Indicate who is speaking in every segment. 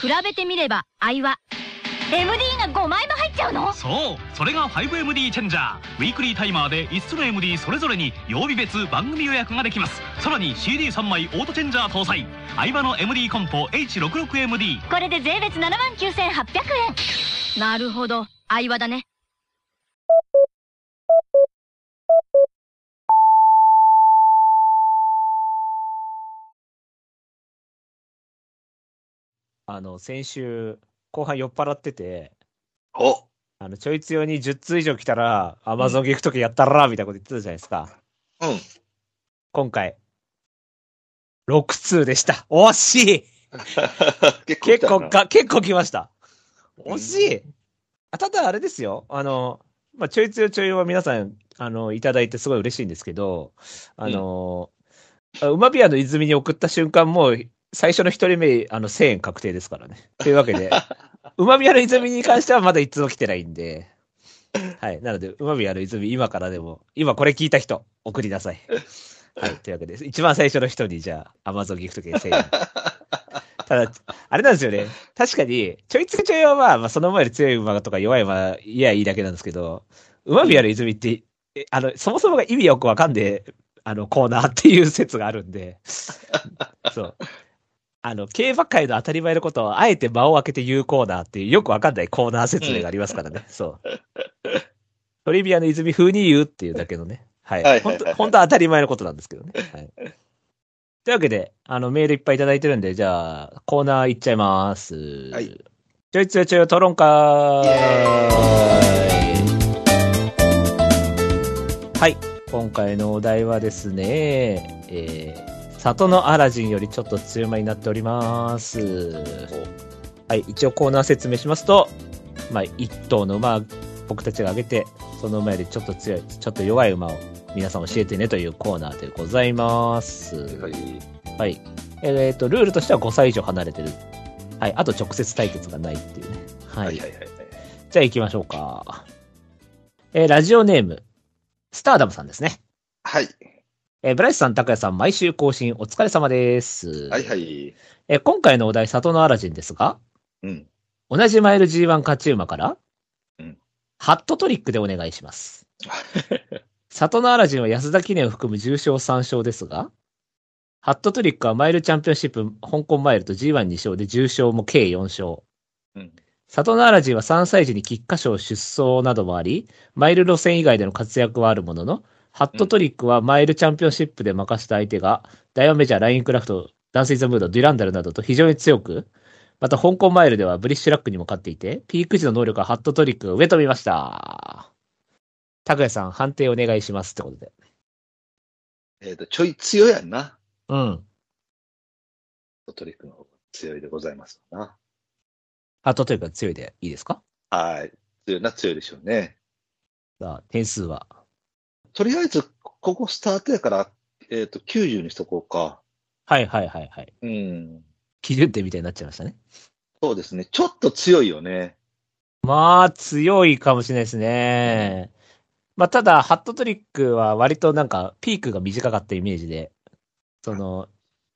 Speaker 1: 比べてみれば愛は MD が5枚も入っちゃうの
Speaker 2: そうそれが 5MD チェンジャーウィークリータイマーで5つの MD それぞれに曜日別番組予約ができますさらに CD3 枚オートチェンジャー搭載相場の MD コンポ H66MD
Speaker 1: これで税別7万9800円なるほど愛はだね
Speaker 3: あの、先週、後半酔っ払ってて、
Speaker 4: お
Speaker 3: あの、ちょい強に10通以上来たら、アマゾン行くときやったら、みたいなこと言ってたじゃないですか。
Speaker 4: うん。
Speaker 3: 今回、6通でした。惜しい結
Speaker 4: 結来た
Speaker 3: 構
Speaker 4: な
Speaker 3: か、結構来ました。
Speaker 4: うん
Speaker 3: 惜しいあただ、あれですよ。あの、まあ、ちょい強ちょいは皆さん、あの、いただいてすごい嬉しいんですけど、あの、あうまびやの泉に送った瞬間、もう、最初の一人目、あの、1000円確定ですからね。というわけ で、うまみやの泉に関してはまだ一通も来てないんで、はい。なので、うまみやの泉、今からでも、今これ聞いた人、送りなさい。はい。というわけです。一番最初の人に、じゃあ、アマゾンギフト券1000円。ただ、あれなんですよね。確かに、ちょいつけちょいはまあ、まあ、その前で強い馬とか弱い馬、いやいいだけなんですけど、馬見ある泉って、えあの、そもそもが意味よくわかんで、あの、コーナーっていう説があるんで、そう。あの、競馬界の当たり前のことを、あえて間を空けて言うコーナーっていう、よくわかんないコーナー説明がありますからね。そう。トリビアの泉風に言うっていうだけのね。はい。
Speaker 4: はいはいはい
Speaker 3: 本
Speaker 4: はい
Speaker 3: 当本当は当たり前のことなんですけどね。はい。というわけで、あの、メールいっぱいいただいてるんで、じゃあ、コーナー行っちゃいます。
Speaker 4: はい
Speaker 3: ちょいちょいちょい、討論か
Speaker 4: イエ
Speaker 3: はい。今回のお題はですね、えー、里のアラジンよりちょっと強めになっております。はい。一応コーナー説明しますと、まあ、一頭の馬、僕たちが挙げて、その馬よりちょっと強い、ちょっと弱い馬を皆さん教えてねというコーナーでございます。
Speaker 4: はい。
Speaker 3: はい。えっ、と、ルールとしては5歳以上離れてる。はい。あと直接対決がないっていうね。はい。
Speaker 4: はいはいはい。
Speaker 3: じゃあ行きましょうか。えーラジオネーム、スターダムさんですね。
Speaker 4: はい。
Speaker 3: えーブライスさん、高谷さん、毎週更新お疲れ様です。
Speaker 4: はいはい。
Speaker 3: えー今回のお題、里のアラジンですが、
Speaker 4: うん。
Speaker 3: 同じマイル G1 勝ち馬から、
Speaker 4: うん
Speaker 3: ハットトリックでお願いし ます。里のアラジンは安田記念を含む重賞3勝ですが、ハットトリックはマイルチャンピオンシップ香港マイルと G12 勝で重賞も計4勝。
Speaker 4: うん
Speaker 3: 里のアラジンは3歳児に菊花賞出走などもあり、マイル路線以外での活躍はあるものの、ハットトリックはマイルチャンピオンシップで任した相手が、ダイヤメジャー、ラインクラフト、ダンスイズムード、デュランダルなどと非常に強く、また香港マイルではブリッシュラックにも勝っていて、ピーク時の能力はハットトリックが上飛びました。拓也さん、判定お願いしますってことで。
Speaker 4: えっ、と、ちょい強いやんな。
Speaker 3: うん。
Speaker 4: トリックの方が強いでございますわな。
Speaker 3: ハットトリックが強いでいいですか
Speaker 4: はい。強いな、強いでしょうね。
Speaker 3: さあ、点数は。
Speaker 4: とりあえず、ここスタートやから、えっ、と、90にしとこうか。
Speaker 3: はいはいはいはい。
Speaker 4: うん。
Speaker 3: 基準点みたいになっちゃいましたね。
Speaker 4: そうですね。ちょっと強いよね。
Speaker 3: まあ、強いかもしれないですね。まあ、ただ、ハットトリックは割となんか、ピークが短かったイメージで、その、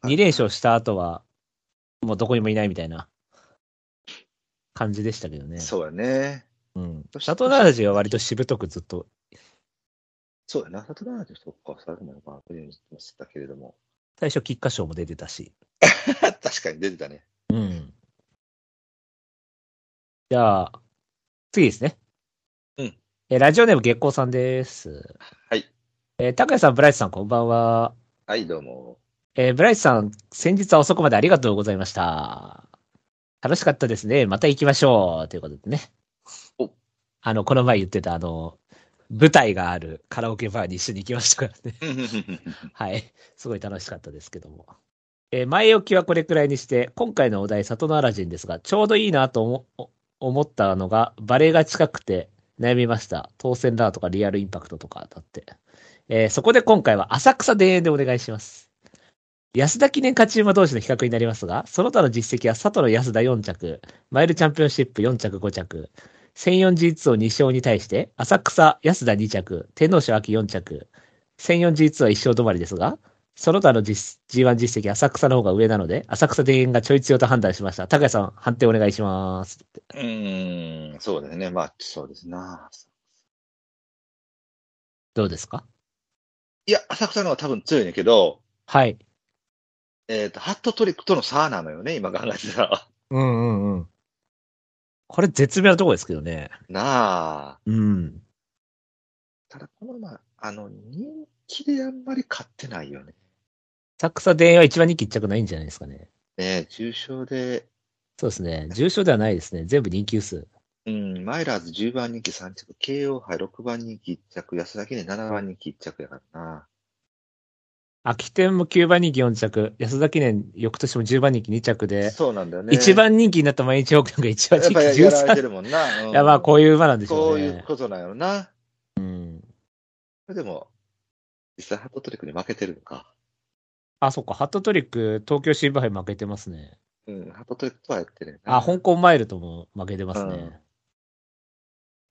Speaker 3: 2連勝した後は、もうどこにもいないみたいな感じでしたけどね。
Speaker 4: そうやね。
Speaker 3: うん。シャトナージは割としぶとくずっと。
Speaker 4: そうやな。サトラージそっか、最後までバークリーにしてましたけれども。
Speaker 3: 最初、菊花賞も出てたし。
Speaker 4: 確かに出てたね。
Speaker 3: うん。じゃあ、次ですね。
Speaker 4: うん。
Speaker 3: えー、ラジオネーム月光さんです。
Speaker 4: はい。
Speaker 3: えー、高谷さん、ブライスさん、こんばんは。
Speaker 4: はい、どうも。
Speaker 3: えー、ブライスさん、先日は遅くまでありがとうございました。楽しかったですね。また行きましょう。ということでね
Speaker 4: お。
Speaker 3: あの、この前言ってた、あの、舞台があるカラオケバーに一緒に行きましたからね。 はい。すごい楽しかったですけども。えー前置きはこれくらいにして、今回のお題、里のアラジンですが、ちょうどいいなと思お思ったのが、バレエが近くて悩みました。当選だとか、リアルインパクトとか、だって。えーそこで今回は浅草田園でお願いします。安田記念勝ち馬同士の比較になりますが、その他の実績は佐藤の安田4着、マイルチャンピオンシップ4着5着、1004G2 を2勝に対して、浅草安田2着、天皇賞秋4着、1004G2 は1勝止まりですが、その他の実 G1 実績、浅草の方が上なので、浅草田園がちょい強と判断しました。高谷さん、判定お願いします。
Speaker 4: うーん、そうですね。まあ、そうですな。
Speaker 3: どうですか
Speaker 4: いや、浅草の方が多分強いねんだけど、
Speaker 3: はい。
Speaker 4: えっ、と、ハットトリックとの差なのよね、今考えてたら。
Speaker 3: うんうんうん。これ絶妙なとこですけどね。
Speaker 4: なあ。
Speaker 3: うん。
Speaker 4: ただ、このまま、あの、人気であんまり勝ってないよね。
Speaker 3: 浅草田園は一番人気一着ないんじゃないですかね。
Speaker 4: ねえ、重賞で、
Speaker 3: そうですね。重賞ではないですね。全部人気薄。
Speaker 4: うん、マイラーズ10番人気3着、慶応杯6番人気1着、安田記念7番人気1着やからな。
Speaker 3: 秋天も9番人気4着、安田記念翌年も10番人気2着で、
Speaker 4: そうなんだよね。
Speaker 3: 一番人気になった毎日北が一番
Speaker 4: や
Speaker 3: 人
Speaker 4: っ
Speaker 3: 気
Speaker 4: ぱりやられ
Speaker 3: 13
Speaker 4: て。るもんな。うん
Speaker 3: いや、まあ、こういう馬なんでしょ
Speaker 4: こ
Speaker 3: う
Speaker 4: う
Speaker 3: ね。
Speaker 4: いうことなんやろな。
Speaker 3: うん。
Speaker 4: でも、実際ハットトリックに負けてるのか。
Speaker 3: あ、そっか、ハットトリック、東京新聞杯負けてますね。
Speaker 4: うん、ハットトリックとはやってる
Speaker 3: あ、香港マイルとも負けてますね。
Speaker 4: うん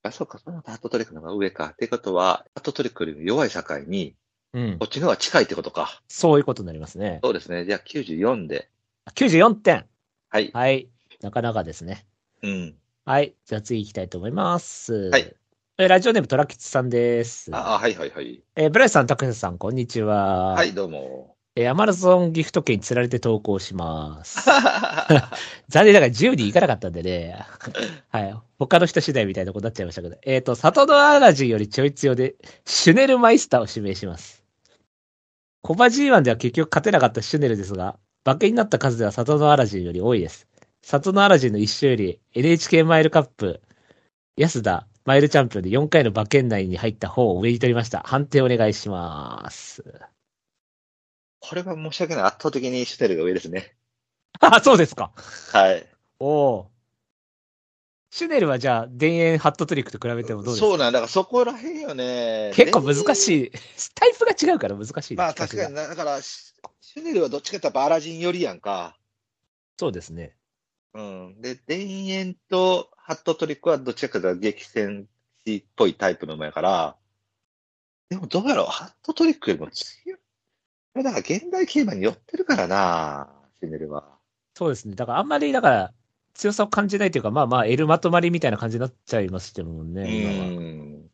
Speaker 4: あ、そうか、そのハットトリックの方が上か。ってことは、ハットトリックより弱い境に、
Speaker 3: うん
Speaker 4: こ。っちの方が近いってことか。
Speaker 3: そういうことになりますね。
Speaker 4: そうですね。じゃあ94で。
Speaker 3: 94点。
Speaker 4: はい。
Speaker 3: はい。なかなかですね。
Speaker 4: うん。
Speaker 3: はい。じゃあ次行きたいと思います。
Speaker 4: はい
Speaker 3: え。ラジオネームトラキツさんです。
Speaker 4: あ、あはいはいはい。
Speaker 3: えーブライスさん、タクヤさん、こんにちは。
Speaker 4: はい、。どうも。
Speaker 3: えーアマゾンギフト券に釣られて投稿します。 残念ながら自由に行かなかったんでね。 はい。他の人次第みたいなことになっちゃいましたけど。えっ、と、里のアラジンよりちょい強で、シュネルマイスターを指名します。コバ G1 では結局勝てなかったシュネルですが、馬券になった数では里のアラジンより多いです。里のアラジンの一周より NHK マイルカップ、安田、マイルチャンピオンで4回の馬券内に入った方を上に取りました。判定お願いします。
Speaker 4: これは申し訳ない。圧倒的にシュテルが上ですね。
Speaker 3: あ、そうですか。
Speaker 4: はい。
Speaker 3: おお。シュネルはじゃあ、田園ハットトリックと比べてもどうですか
Speaker 4: そうなんだ。だからそこらへんよね。
Speaker 3: 結構難
Speaker 4: い。
Speaker 3: しい。タイプが違うから難しい。
Speaker 4: まあ確かに。な、だから、シシュネルはどっちかって言ったらアラジン寄りやんか。
Speaker 3: そうですね。
Speaker 4: うん。で、田園とハットトリックはどっちかっていうと激戦士っぽいタイプの馬やから、でもどうやろう、ハットトリックよりも強い。まあだから現代競馬に寄ってるからな、シュネルは。
Speaker 3: そうですね。だからあんまり、だから、強さを感じないというか、まあまあ、エルまとまりみたいな感じになっちゃいましたもん
Speaker 4: う
Speaker 3: ね、今は。
Speaker 4: ん。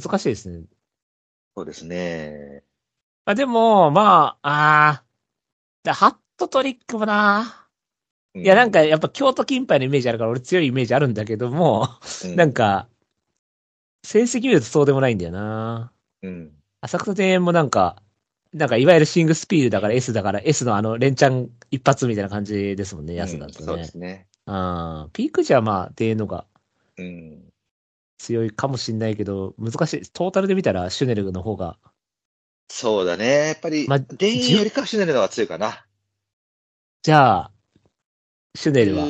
Speaker 3: 難しいですね。
Speaker 4: そうですね。
Speaker 3: あでも、まあ、あーだハットトリックもな。
Speaker 4: い
Speaker 3: いや、なんか、やっぱ京都金杯のイメージあるから、俺強いイメージあるんだけども、なんか、
Speaker 4: か、
Speaker 3: 成績見るとそうでもないんだよな。
Speaker 4: うん。
Speaker 3: 浅草庭園もなんか、なんかいわゆるシングスピードだから S だから S のあの連チャン一発みたいな感じですもんね、安田
Speaker 4: うん
Speaker 3: と
Speaker 4: そうで
Speaker 3: ね。
Speaker 4: すね。
Speaker 3: うん、ピーク時はまあ庭園のが
Speaker 4: うん。
Speaker 3: 強いかもしんないけど、難しい。トータルで見たらシュネルの方が、
Speaker 4: そうだね。やっぱり、
Speaker 3: ま
Speaker 4: 田園よりかはシュネルの方が強いかな。
Speaker 3: じゃあ、シュネルは。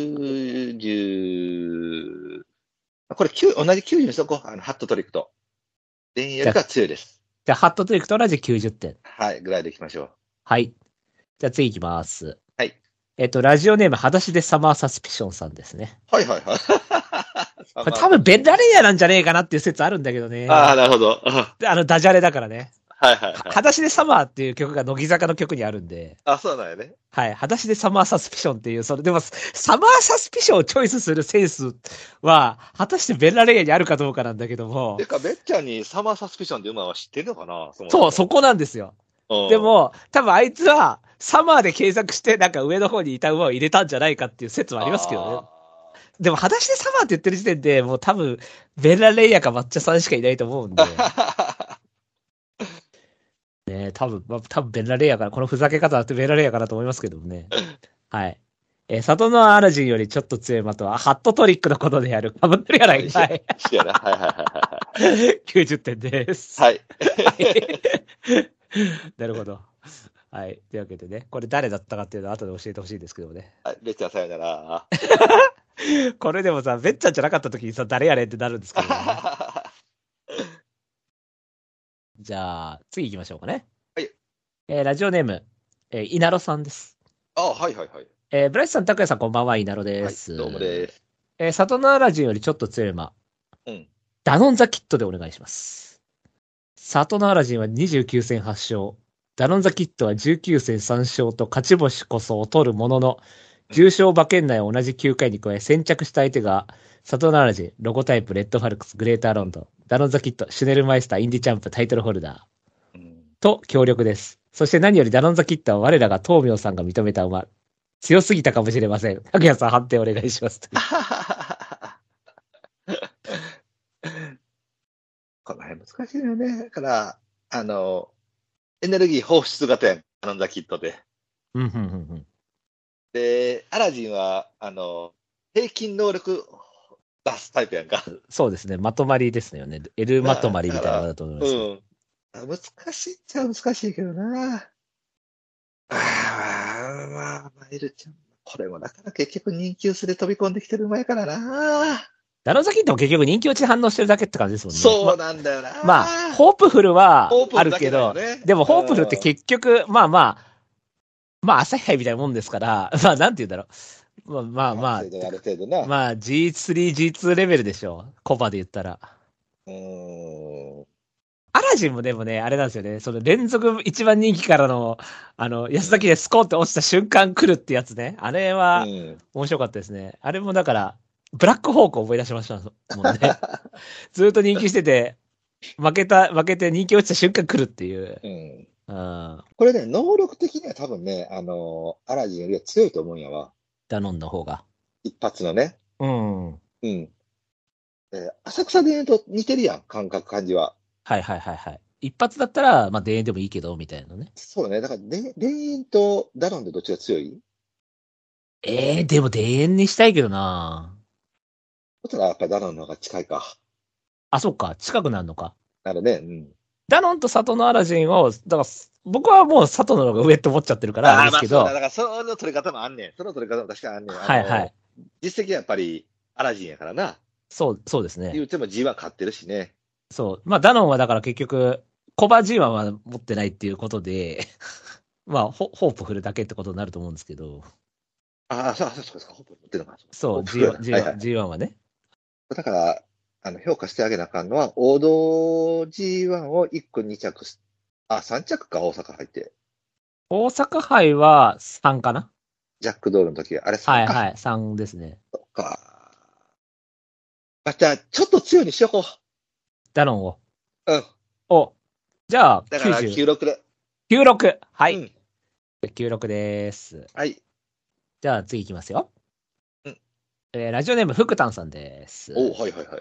Speaker 4: 90、これ9、同じ90にしとこう。あの、ハットトリックと。田園よりかは強いです。
Speaker 3: じゃあハットトリックと同じ90点。
Speaker 4: はい、ぐらいでいきましょう。
Speaker 3: はい。じゃあ次行きます。
Speaker 4: はい。
Speaker 3: えっと、ラジオネーム、裸足でサマーサスピションさんですね。
Speaker 4: はいはいはい。
Speaker 3: これ多分ベンラレイヤーなんじゃねえかなっていう説あるんだけどね。
Speaker 4: ああ、なるほど。あ
Speaker 3: であの、ダジャレだからね。
Speaker 4: はいは
Speaker 3: は
Speaker 4: いはい。
Speaker 3: 裸足でサマーっていう曲が乃木坂の曲にあるんで、
Speaker 4: あ、そうなんやね。
Speaker 3: はい、裸足でサマーサスピションっていう、それでも、サマーサスピションをチョイスするセンスは、果たしてベラレイヤにあるかどうかなんだけども
Speaker 4: て、か、べっちゃんにサマーサスピションっていう馬は知ってんのかなそも
Speaker 3: そう、
Speaker 4: も
Speaker 3: そこなんですよ。
Speaker 4: うん
Speaker 3: でも、多分あいつは、サマーで検索して、なんか上の方にいた馬を入れたんじゃないかっていう説もありますけどね。でも、裸足でサマーって言ってる時点で、もう多分、ベラレイヤか抹茶さんしかいないと思うんで、
Speaker 4: あ
Speaker 3: ね、多分、まあ、多分ベラレイヤかな、このふざけ方だってベラレイヤかなと思いますけどもね。はい。えー里のアラジンよりちょっと強いまとは、ハットトリックのことである、かぶってるやないかい。
Speaker 4: ーそうやな。はいはいは
Speaker 3: 90点です。
Speaker 4: いはい。はい。
Speaker 3: なるほど。はい。というわけでね、これ誰だったかっていうのは後で教えてほしいんですけどもね。
Speaker 4: はい。べっちゃんさよなら。
Speaker 3: これでもさ、べっちゃんじゃなかった時にさ、誰やれってなるんですけど、ね。じゃあ、次行きましょうかね。
Speaker 4: はい。
Speaker 3: えーラジオネーム、えー稲呂さんです。
Speaker 4: あ、はいはいはい。
Speaker 3: えーブライスさん、拓也さん、こんばんは、稲呂
Speaker 4: は
Speaker 3: で
Speaker 4: い
Speaker 3: す。
Speaker 4: どうもです。
Speaker 3: えー、里のアラジンよりちょっと強い馬。
Speaker 4: うん。
Speaker 3: ダノンザキットでお願いします。里のアラジンは29戦8勝。ダノンザキッドは19戦3勝と勝ち星こそ劣るものの、重賞馬券内を同じ9回に加え先着した相手が、サトナラジ、ロゴタイプ、レッドファルクス、グレーターロンドン、ダノンザキッド、シュネルマイスター、インディチャンプ、タイトルホルダー。
Speaker 4: うん
Speaker 3: と強力です。そして何よりダノンザキッタは我らが東明さんが認めた馬。強すぎたかもしれません。拓也さん判定お願いします。
Speaker 4: この辺難しいのよね。だから、あの、エネルギー放出型やん。アナンザキットで。
Speaker 3: うんうんうん
Speaker 4: で、アラジンは、あの、平均能力出すタイプやんか。
Speaker 3: うんそうですね。まとまりですよね。エルまとまりみたいなのだと思います。
Speaker 4: うん。難しいっちゃ難しいけどな。ああ、まあ、マイルちゃん。これもだから結局人気薄で飛び込んできてる馬やからな。
Speaker 3: ダノンザキッタも結局人気落ちで反応してるだけって感じですもんね。
Speaker 4: そうなんだよな。
Speaker 3: ままあ、ホープフルは
Speaker 4: オープ
Speaker 3: あ
Speaker 4: ン
Speaker 3: る
Speaker 4: だ
Speaker 3: け
Speaker 4: だよ
Speaker 3: ど、
Speaker 4: ね
Speaker 3: でもホープフルって
Speaker 4: うん
Speaker 3: 結局、まあまあ、まあ朝日杯みたいなもんですから、 まあなんて言うんだろう。まあまあま
Speaker 4: あ
Speaker 3: あ
Speaker 4: る程度ある程度な。
Speaker 3: まあ G3、G2 レベルでしょう。コパで言ったら。
Speaker 4: うーん。
Speaker 3: アラジンもでもね、あれなんですよね。その連続一番人気からの、あの、安崎でスコーンって落ちた瞬間来るってやつね。あれは
Speaker 4: うん
Speaker 3: 面白かったですね。あれもだから、ブラックホークを思い出しましたもん ね。ずっと人気してて、負けた、負けて人気落ちた瞬間来るっていう。
Speaker 4: うん。
Speaker 3: うん。
Speaker 4: これね、能力的には多分ね、あのアラジンよりは強いと思うんやわ。
Speaker 3: ダノンの方が。
Speaker 4: 一発のね。
Speaker 3: うん。
Speaker 4: うん。えー浅草で言うと似てるやん、感覚、感じは。
Speaker 3: はいはいはいはい。一発だったら、まあ、田園でもいいけど、みたいなね。
Speaker 4: そうね。だから、レレインとダロンでどっちが強い
Speaker 3: ええでも田園にしたいけどな
Speaker 4: そしたらやっぱりダロンの方が近いか。
Speaker 3: あ、そっか。近くなるのか。
Speaker 4: なるね。うん。
Speaker 3: ダノンと里のアラジンを、だから、僕はもう里の方が上って思っちゃってるから、あれですけど、
Speaker 4: だから、その取り方もあんねん。その取り方も確かにあんねん。
Speaker 3: はいはい。。
Speaker 4: 実績はやっぱり、アラジンやからな。
Speaker 3: そう、そうです
Speaker 4: 言
Speaker 3: ね。
Speaker 4: うても G は勝ってるしね。
Speaker 3: そう。まあ、ダノンはだから結局、コバ G1 は持ってないっていうことで、 まあ、ホホープ振るだけってことになると思うんですけど、
Speaker 4: ああ、そうそうそうそう、ホープ持ってるのか。
Speaker 3: そう、
Speaker 4: ホープ持
Speaker 3: G1,
Speaker 4: って
Speaker 3: G1,
Speaker 4: るはいはい
Speaker 3: G1 はね。
Speaker 4: だから、あの、評価してあげなあかんのは、王道 G1 を1区2着す、あ、3着か、大阪入って。
Speaker 3: 大阪杯は3かな
Speaker 4: ジャックドールの時、あれ3か。
Speaker 3: はいはい、3ですね。
Speaker 4: そっか。まあじゃあ、ちょっと強いにしとこ
Speaker 3: ダノンを。
Speaker 4: う。うん。
Speaker 3: お、じゃあ、
Speaker 4: だから、
Speaker 3: 90
Speaker 4: 96で。
Speaker 3: 96。はい。
Speaker 4: うん
Speaker 3: 96です。
Speaker 4: はい。
Speaker 3: じゃあ、次いきますよ。
Speaker 4: うん
Speaker 3: えーラジオネーム、福丹さんです。
Speaker 4: おうはいはいは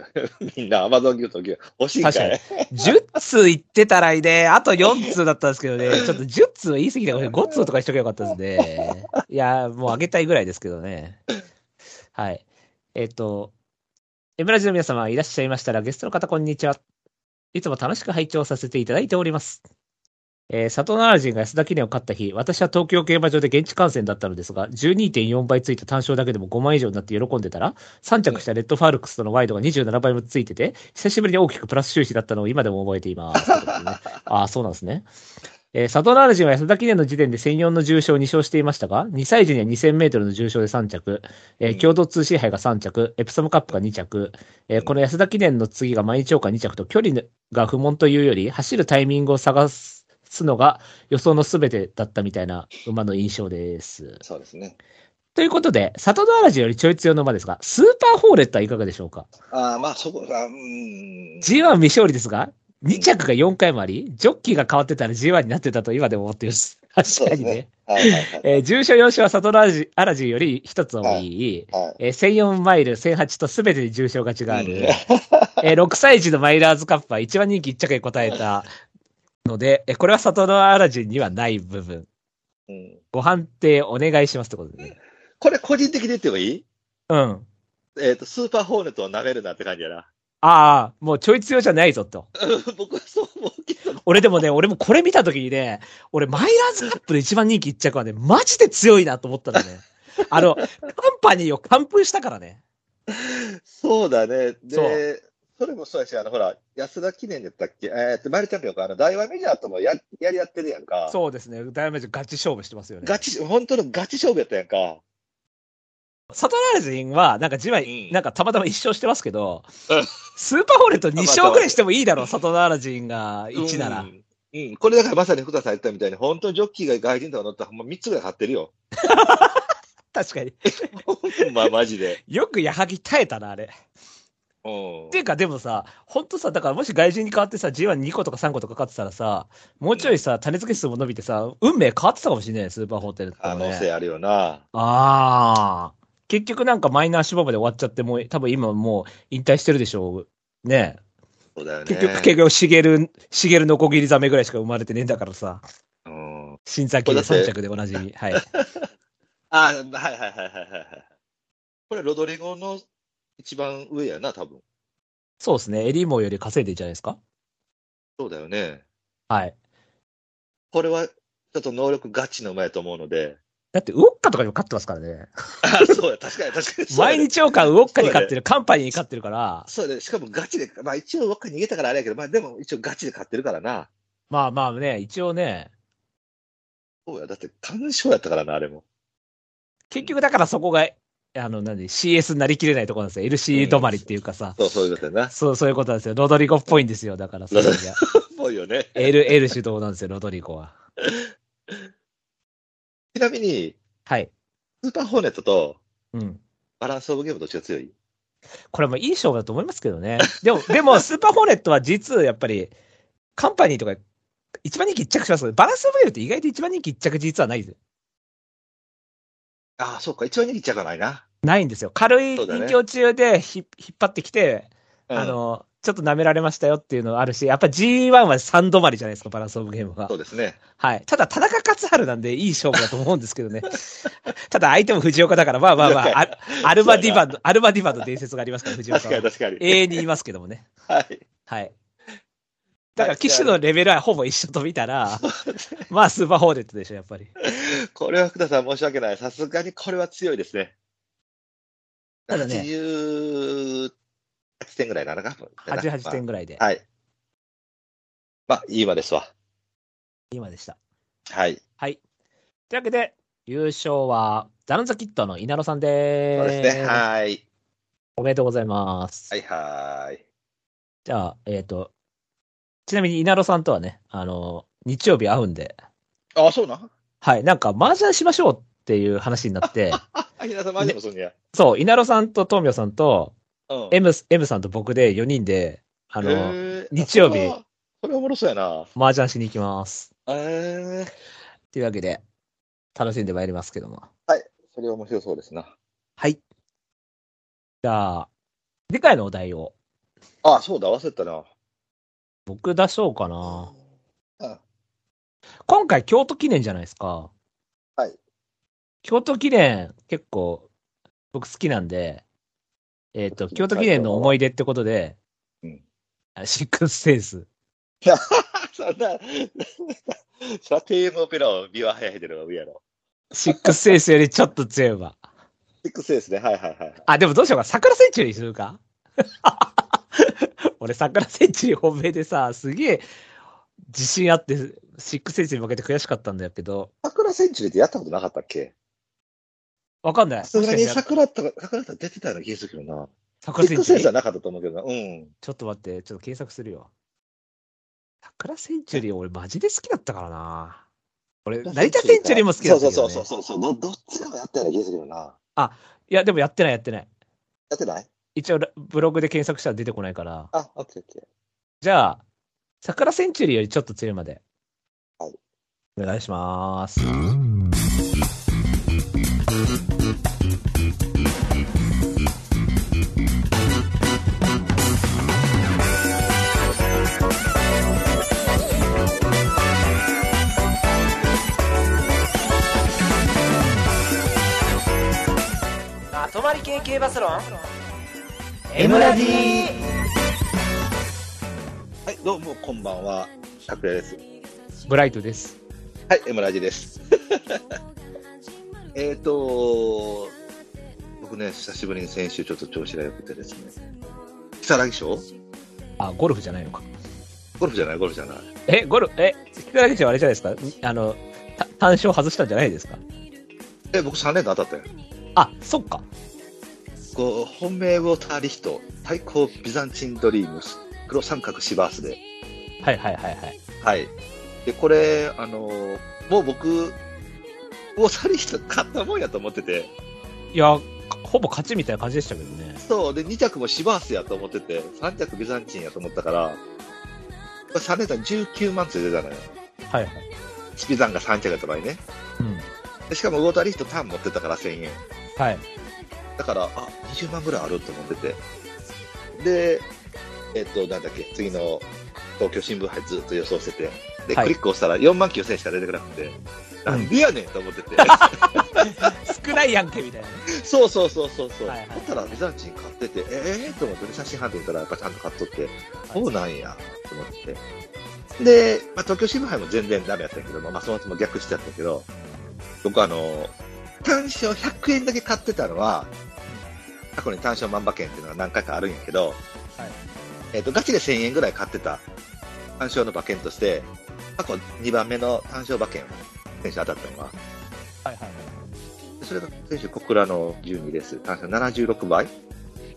Speaker 4: い。 みんな、アマゾン牛と牛、欲しいん
Speaker 3: 確
Speaker 4: か
Speaker 3: かに
Speaker 4: い。
Speaker 3: 10通言ってたらいいね。あと4通だったんですけどね。ちょっと10通は言い過ぎたから5通とかにしとけばよかったですね。いやー、もうあげたいぐらいですけどね。はい。えっ、と、エムラジの皆様いらっしゃいましたら、ゲストの方こんにちは。いつも楽しく拝聴させていただいております。えー、佐藤奈良人が安田記念を勝った日、私は東京競馬場で現地観戦だったのですが、12.4倍ついた単勝だけでも5万以上になって喜んでたら、3着したレッドファルクスとのワイドが27倍もついてて、久しぶりに大きくプラス収支だったのを今でも覚えています。と いうことでねああ、そうなんですね。えー、佐藤奈良人は安田記念の時点で専用の重賞を2勝していましたが、2歳時には2000メートルの重賞で3着、えー
Speaker 4: うん
Speaker 3: 共同通信杯が3着、エプソムカップが2着、えーこの安田記念の次が毎日岡2着と距離が不問というより、走るタイミングを探すのが予想の全てだったみたいな馬の印象です。
Speaker 4: そうですね。
Speaker 3: ということで、里の嵐よりちょい強の馬ですが、スーパーホーレットはいかがでしょうか
Speaker 4: ああ、まあ、そこ、あうーん。
Speaker 3: ?G1 未勝利ですが、2着が4回もあり、ジョッキーが変わってたら G1 になってたと今でも思っています。
Speaker 4: そう
Speaker 3: 確か
Speaker 4: です
Speaker 3: にね。。
Speaker 4: はいはいはい。
Speaker 3: えー重賞4勝は里の嵐嵐より1つ多い。
Speaker 4: はい
Speaker 3: えー1004マイル、1008と全てに重賞勝ちがある。
Speaker 4: うん
Speaker 3: えー6歳児のマイラーズカップは一番人気1着に答えたので、えーこれは里のアラジンにはない部分。
Speaker 4: うん
Speaker 3: ご判定お願いしますってことでね。
Speaker 4: これ、個人的で言ってもいい
Speaker 3: うん。
Speaker 4: えっと、スーパーホーネットを舐めるなって感じやな。
Speaker 3: ああ、もうちょい強じゃないぞと。
Speaker 4: うん 僕はそう思うけど。
Speaker 3: 俺でもね、俺もこれ見た時にね、俺マイラーズカップで一番人気1着はね、マジで強いなと思ったの ね。あの、カンパニーを完封したからね。
Speaker 4: そうだね。
Speaker 3: そ
Speaker 4: で、それもそうやし、あの、ほら、安田記念だったっけえーっと、マリチャンピオンか、あの、大和メジャーともややり合ってるやんか。
Speaker 3: そうですね。ダイヤメージガチ勝負してますよね。
Speaker 4: ガチ、本当のガチ勝負やったやんか。
Speaker 3: サトラージンは、なんか自
Speaker 4: う
Speaker 3: 前、
Speaker 4: ん
Speaker 3: なんかたまたま一勝してますけど
Speaker 4: うん、
Speaker 3: スーパーホーレット2勝ぐらいしてもいいだろう、サトラージンが1な
Speaker 4: う
Speaker 3: ら。
Speaker 4: んうん、これだからまさに福田さん言ったみたいに、本当にジョッキーが外人とか乗ったら、ほんま3つぐらい買ってるよ。
Speaker 3: 確かに。
Speaker 4: ほんま、マジで。
Speaker 3: よく矢作耐えたな、あれ。
Speaker 4: うん
Speaker 3: っていうか、でもさ、ほんとさ、だからもし外人に変わってさ、G12 個とか3個とか勝ってたらさ、もうちょいさ、種付け数も伸びてさ、運命変わってたかもしれない、スーパーホテルとか
Speaker 4: 可
Speaker 3: も
Speaker 4: 能
Speaker 3: ね。
Speaker 4: 性あるよな。
Speaker 3: ああ。結局なんかマイナー志望まで終わっちゃって、もう多分今もう引退してるでしょう。ね
Speaker 4: そうだよね。
Speaker 3: 結局、結局、しげる、しげるのこぎりザメぐらいしか生まれてねえんだからさ。
Speaker 4: うん。あ
Speaker 3: 新作で3着でおなじみ。はい。
Speaker 4: あ、はいはいはいはいはいはい。これ、ロドリゴの一番上やな、多分。
Speaker 3: そうですね。エリーモーより稼いでいいんじゃないですか
Speaker 4: そうだよね。
Speaker 3: はい。
Speaker 4: これは、ちょっと能力ガチの馬やと思うの で。
Speaker 3: だって、ウォッカとかにも勝ってますからね。
Speaker 4: ああ、そうや、確かに確かに。そうや
Speaker 3: 毎
Speaker 4: ね
Speaker 3: 日王冠ウォッカに勝ってる、カンパニーに勝ってるから、
Speaker 4: そうだね。しかもガチで、まあ一応若い逃げたからあれやけど、まあでも一応ガチで勝ってるからな。
Speaker 3: まあまあね、一応ね、
Speaker 4: そうや、だって完勝やったからな、あれも。
Speaker 3: 結局だからそこが、あの、なんで、CS になりきれないところなんですよ。LC 止まりっていうかさ、
Speaker 4: そう、そういうことやな。
Speaker 3: そう、そういうことなんですよ。ロドリゴっぽいんですよ。だから、そう いう意味では
Speaker 4: もうよね。
Speaker 3: L、L 主導なんですよ、ロドリゴは。
Speaker 4: ちなみに、
Speaker 3: はい。
Speaker 4: スーパーホーネットと
Speaker 3: うん。
Speaker 4: バランスオブゲームどっちが強い
Speaker 3: これもいい勝負だと思いますけどね。でも、でも、スーパーホーネットは実、やっぱり、カンパニーとか、一番人気一着します。バランスオブエルって意外と一番人気一着実はないです。
Speaker 4: ああ、そうか。一番人気ちゃうかないな。
Speaker 3: ないんですよ。軽い
Speaker 4: そうだね
Speaker 3: 人形中でひ、引っ張ってきて、
Speaker 4: うん
Speaker 3: あ、の、ちょっと舐められましたよっていうのあるし、やっぱ G1 は3止まりじゃないですか、バランスオブゲームが
Speaker 4: そ。うですね。
Speaker 3: はい。ただ、田中克治なんでいい勝負だと思うんですけどね。 ただ、相手も藤岡だから、まあ まあまあ、アルアルバディバンの、アルバディバンの伝説がありますから、藤
Speaker 4: 確
Speaker 3: 岡
Speaker 4: かに
Speaker 3: は。
Speaker 4: 確かに。
Speaker 3: 永遠にいますけどもね。
Speaker 4: はい。
Speaker 3: はい。だから、騎手のレベルはほぼ一緒と見た ら、まあ、スーパーホーネットでしょ、やっぱり。
Speaker 4: これは福田さん申し訳ない。さすがにこれは強いですね。
Speaker 3: ただね
Speaker 4: 88点ぐらいなのか。
Speaker 3: 88点ぐらいで
Speaker 4: まあ。はい。まあ、いい馬ですわ。
Speaker 3: 今でした。
Speaker 4: はい。
Speaker 3: というわけで、優勝は、ダノンザキットの稲野さんで
Speaker 4: そう
Speaker 3: す。
Speaker 4: ですね。はい。
Speaker 3: おめでとうございます。
Speaker 4: はいはい。
Speaker 3: じゃあ、えっ、と、ちなみに稲野さんとはね、あの、日曜日会うんで、
Speaker 4: あ、そうなん。
Speaker 3: はい、なんか麻雀しましょうっていう話にな って、
Speaker 4: あ、皆さん、マジでもそんにゃ。
Speaker 3: そう、稲野さんと東明さんと、
Speaker 4: うん。
Speaker 3: M, M さんと僕で4人で、あ
Speaker 4: へ
Speaker 3: の、
Speaker 4: ー
Speaker 3: 日曜日
Speaker 4: それはそれはおもろそうやな。
Speaker 3: 麻雀しに行きます。
Speaker 4: ええ。
Speaker 3: というわけで、楽しんでまいりますけども。
Speaker 4: それは面白そうですな。
Speaker 3: はい。じゃあ、次回のお題を
Speaker 4: あ、そうだ、忘れてたな。
Speaker 3: 僕出しようかな。
Speaker 4: うん
Speaker 3: 今回、京都記念じゃないですか。
Speaker 4: はい。
Speaker 3: 京都記念、結構、僕好きなんで、えっ、と、京都記念の思い出ってことで、
Speaker 4: うん
Speaker 3: あシックスセンス。
Speaker 4: そんな、そらテームオペラをビワ早いでるのが上やろ。
Speaker 3: シックスセンスよりちょっと強いわ。
Speaker 4: シックスですね。はいはいはい。
Speaker 3: あ、でもどうしようか。桜センチュリーにするか 俺、桜センチュリー本命でさ、すげえ、自信あって、シックスセンスに負けて悔しかったんだけど、
Speaker 4: 桜センチュリーってやったことなかったっけ
Speaker 3: わかんない。
Speaker 4: さすがに
Speaker 3: もしかして
Speaker 4: 桜とか、桜とか出てたような気がするけどな。
Speaker 3: 桜
Speaker 4: シ
Speaker 3: セ
Speaker 4: ッ
Speaker 3: ン
Speaker 4: クス
Speaker 3: チュ
Speaker 4: セン
Speaker 3: リ
Speaker 4: ス
Speaker 3: ー
Speaker 4: はなかったと思うけどな。うん。
Speaker 3: ちょっと待って、ちょっと検索するよ。桜センチュリー、俺マジで好きだったからな。俺、成田センチュリーも好きだったけど、ね。
Speaker 4: そうそうそうそうそう。どどっちかがやったような気がするけどな。
Speaker 3: いや、でもやってない、やってない。
Speaker 4: やってない
Speaker 3: 一応、ブログで検索したら出てこないから。
Speaker 4: あ、オッケーオッケー。
Speaker 3: じゃあ、桜センチュリーよりちょっと強いまで。
Speaker 4: はい
Speaker 3: お願いします。まとまり系系バスロン
Speaker 4: M ラジはい、どうも、こんばんは。拓也です。
Speaker 3: ブライトです。
Speaker 4: はい、エムラジです。 えっと、僕ね、久しぶりに先週ちょっと調子が良くてですね。木更木賞
Speaker 3: あ、ゴルフじゃないのか。
Speaker 4: ゴルフじゃない、ゴルフじゃない。
Speaker 3: え、ゴルフ、え、引き分けちゃあれじゃないですかんあの、た単勝外したんじゃないですか
Speaker 4: え、僕3連打当たったよ。
Speaker 3: あ、そっか。
Speaker 4: こう本命ウォーターリヒト、対抗ビザンチンドリームス、黒三角シバースで、
Speaker 3: はいはいはいはい。
Speaker 4: はい。で、これ、あのーもう僕、をサリーと買ったもんやと思ってて、
Speaker 3: いや、ほぼ勝ちみたいな感じでしたけどね。
Speaker 4: そう、で、2着もシバースやと思ってて、3着ビザンチンやと思ったから、これ3連単19万ついてたのよ。
Speaker 3: はいはい。
Speaker 4: スピザンが3着やった場合ね。
Speaker 3: うん。
Speaker 4: でしかもウォーターリフトターン持ってたから1000円。
Speaker 3: はい。
Speaker 4: だから、あ、20万ぐらいあると思ってて。で、えっと、なんだっけ、次の東京新聞杯ずっと予想してて、で、
Speaker 3: はい
Speaker 4: クリック押したら4万9000円しか出てこなくて、なんでやねんと思って て。
Speaker 3: 少ないやんけみたいな。
Speaker 4: そうそうそうそうそう。
Speaker 3: はいはい
Speaker 4: だったらビザンチン買ってて、ええー、と思って、ね、写真判定見たらやっぱちゃんと買っとって、そうなんや、と思って。で、まあ、東京新聞杯も全然ダメやったんやけども、まあ、そのつも逆してやったんやけど、僕あの、単勝100円だけ買ってたのは、過去に単勝万馬券っていうのが何回かあるんやけど、えっ、と、ガチで1000円ぐらい買ってた単勝の馬券として、過去2番目の単勝馬券を選手当たったのは、
Speaker 3: はいはい。
Speaker 4: それが選手小倉の12です。単勝76倍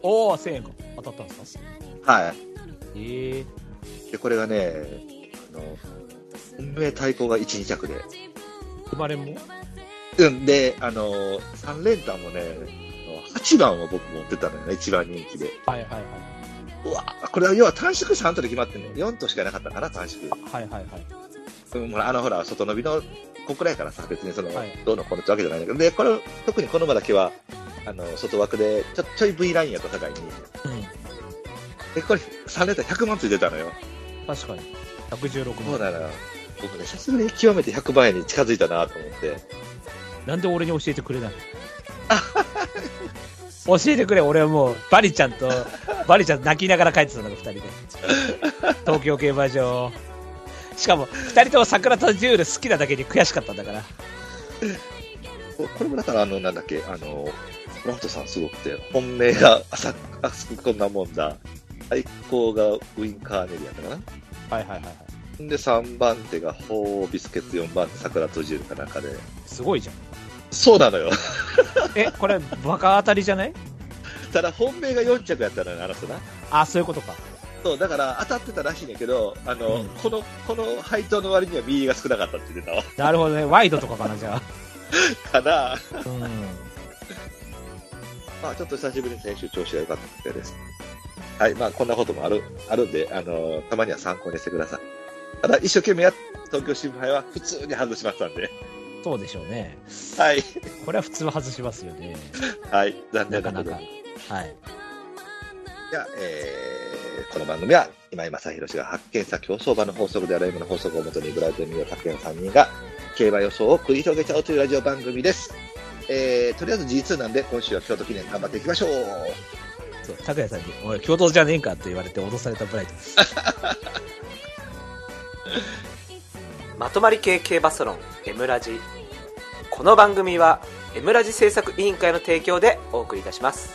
Speaker 3: おお、1000円か。当たったんですか
Speaker 4: は
Speaker 3: ええ
Speaker 4: い。で、これがね、あの、運命対抗が1、2着で。
Speaker 3: 生まれも
Speaker 4: うん、で、あの、3連単もね、8番を僕持ってたのよね、一番人気で。
Speaker 3: はいはいはいう
Speaker 4: わこれは要は短縮3とで決まってんのよ。4としかなかったから、短縮。。
Speaker 3: はいはいはい。
Speaker 4: うん、ほらあのほら、外伸びの国内からさ、別にその、
Speaker 3: はい
Speaker 4: どうのこうのってわけじゃないんだけど、で、これ、特にこの馬だけは、あの、外枠で、ちょ、ちょい V ラインやと高いに。
Speaker 3: う
Speaker 4: で、これ、3連単100万ついてたのよ。
Speaker 3: ん。確かに。116
Speaker 4: そう
Speaker 3: 万。
Speaker 4: だな。僕ね、さすがに極めて100万円に近づいたなと思って。
Speaker 3: なんで俺に教えてくれない 教えてくれ、俺はもう、バリちゃん と、バリちゃんと泣きながら帰ってたのが2人で。東京競馬場。しかも、2人とも桜田ジュール好きなだけに悔しかったんだから。
Speaker 4: ここれもだから、あの、なんだっけ、あの、ラフトさんすごくて、本命が浅浅くこんなもんだ。最高がウィン・カーネリアだかな。
Speaker 3: はいはいはいはい。
Speaker 4: で、3番手がホービスケット、4番手、桜とジュールかなんかで。
Speaker 3: すごいじゃん。
Speaker 4: そうなのよ。
Speaker 3: え、これ、バカ当たりじゃない
Speaker 4: ただ、本命が4着やったのよ、あの人な。
Speaker 3: あ、そういうことか。
Speaker 4: そう、だから当たってたらしいんだけど、あの、
Speaker 3: うん
Speaker 4: この、この配当の割には右が少なかったって言ってたわ。
Speaker 3: なるほどね。ワイドとかかな、じゃ
Speaker 4: から、
Speaker 3: あ。うん。
Speaker 4: まあ、ちょっと久しぶりに選手調子が良かったみたいです。はい、まあ、こんなこともある、あるんで、あのーたまには参考にしてください。ただ、一生懸命やっ、東京新聞杯は普通に外しましたんで、
Speaker 3: そうでしょうね。
Speaker 4: はい、
Speaker 3: これは普通外しますよね。
Speaker 4: はい、残
Speaker 3: な
Speaker 4: 念
Speaker 3: か
Speaker 4: なこ
Speaker 3: な
Speaker 4: とで
Speaker 3: か。はい。
Speaker 4: じゃあえーこの番組は今井正弘氏が発見した競走馬の法則である M の法則をもとにブライトミュー卓研3人が競馬予想を繰り広げちゃおうというラジオ番組です。えーとりあえず G2 なんで今週は京都記念頑張っていきましょう。
Speaker 3: そう、拓也さんに、おい、共同じゃねえんかって言われて脅されたブライトです。
Speaker 5: まとまり系系バスロン「エムラジ」この番組は「エムラジ」制作委員会の提供でお送りいたします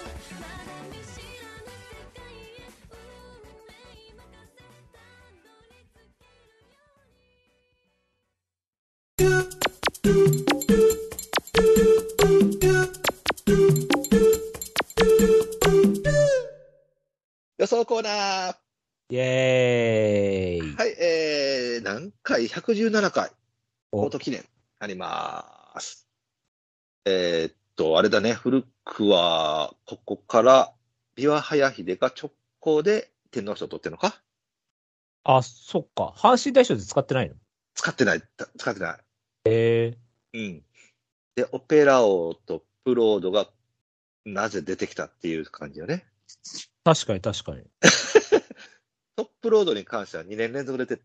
Speaker 4: 予想コーナー
Speaker 3: イエーイ。
Speaker 4: はい、えー、何回 ?117 回、
Speaker 3: お
Speaker 4: コート記念あります。えーっと、あれだね、古くは、ここから、琵琶早秀が直行で天皇賞取ってるのか
Speaker 3: あ、そっか。阪神大賞で使ってないの
Speaker 4: 使ってない、た使ってな
Speaker 3: え
Speaker 4: い。うん。で、オペラ王とプロードが、なぜ出てきたっていう感じよね。
Speaker 3: ー、確かに確かに。
Speaker 4: トップロードに関しては2年連続で出て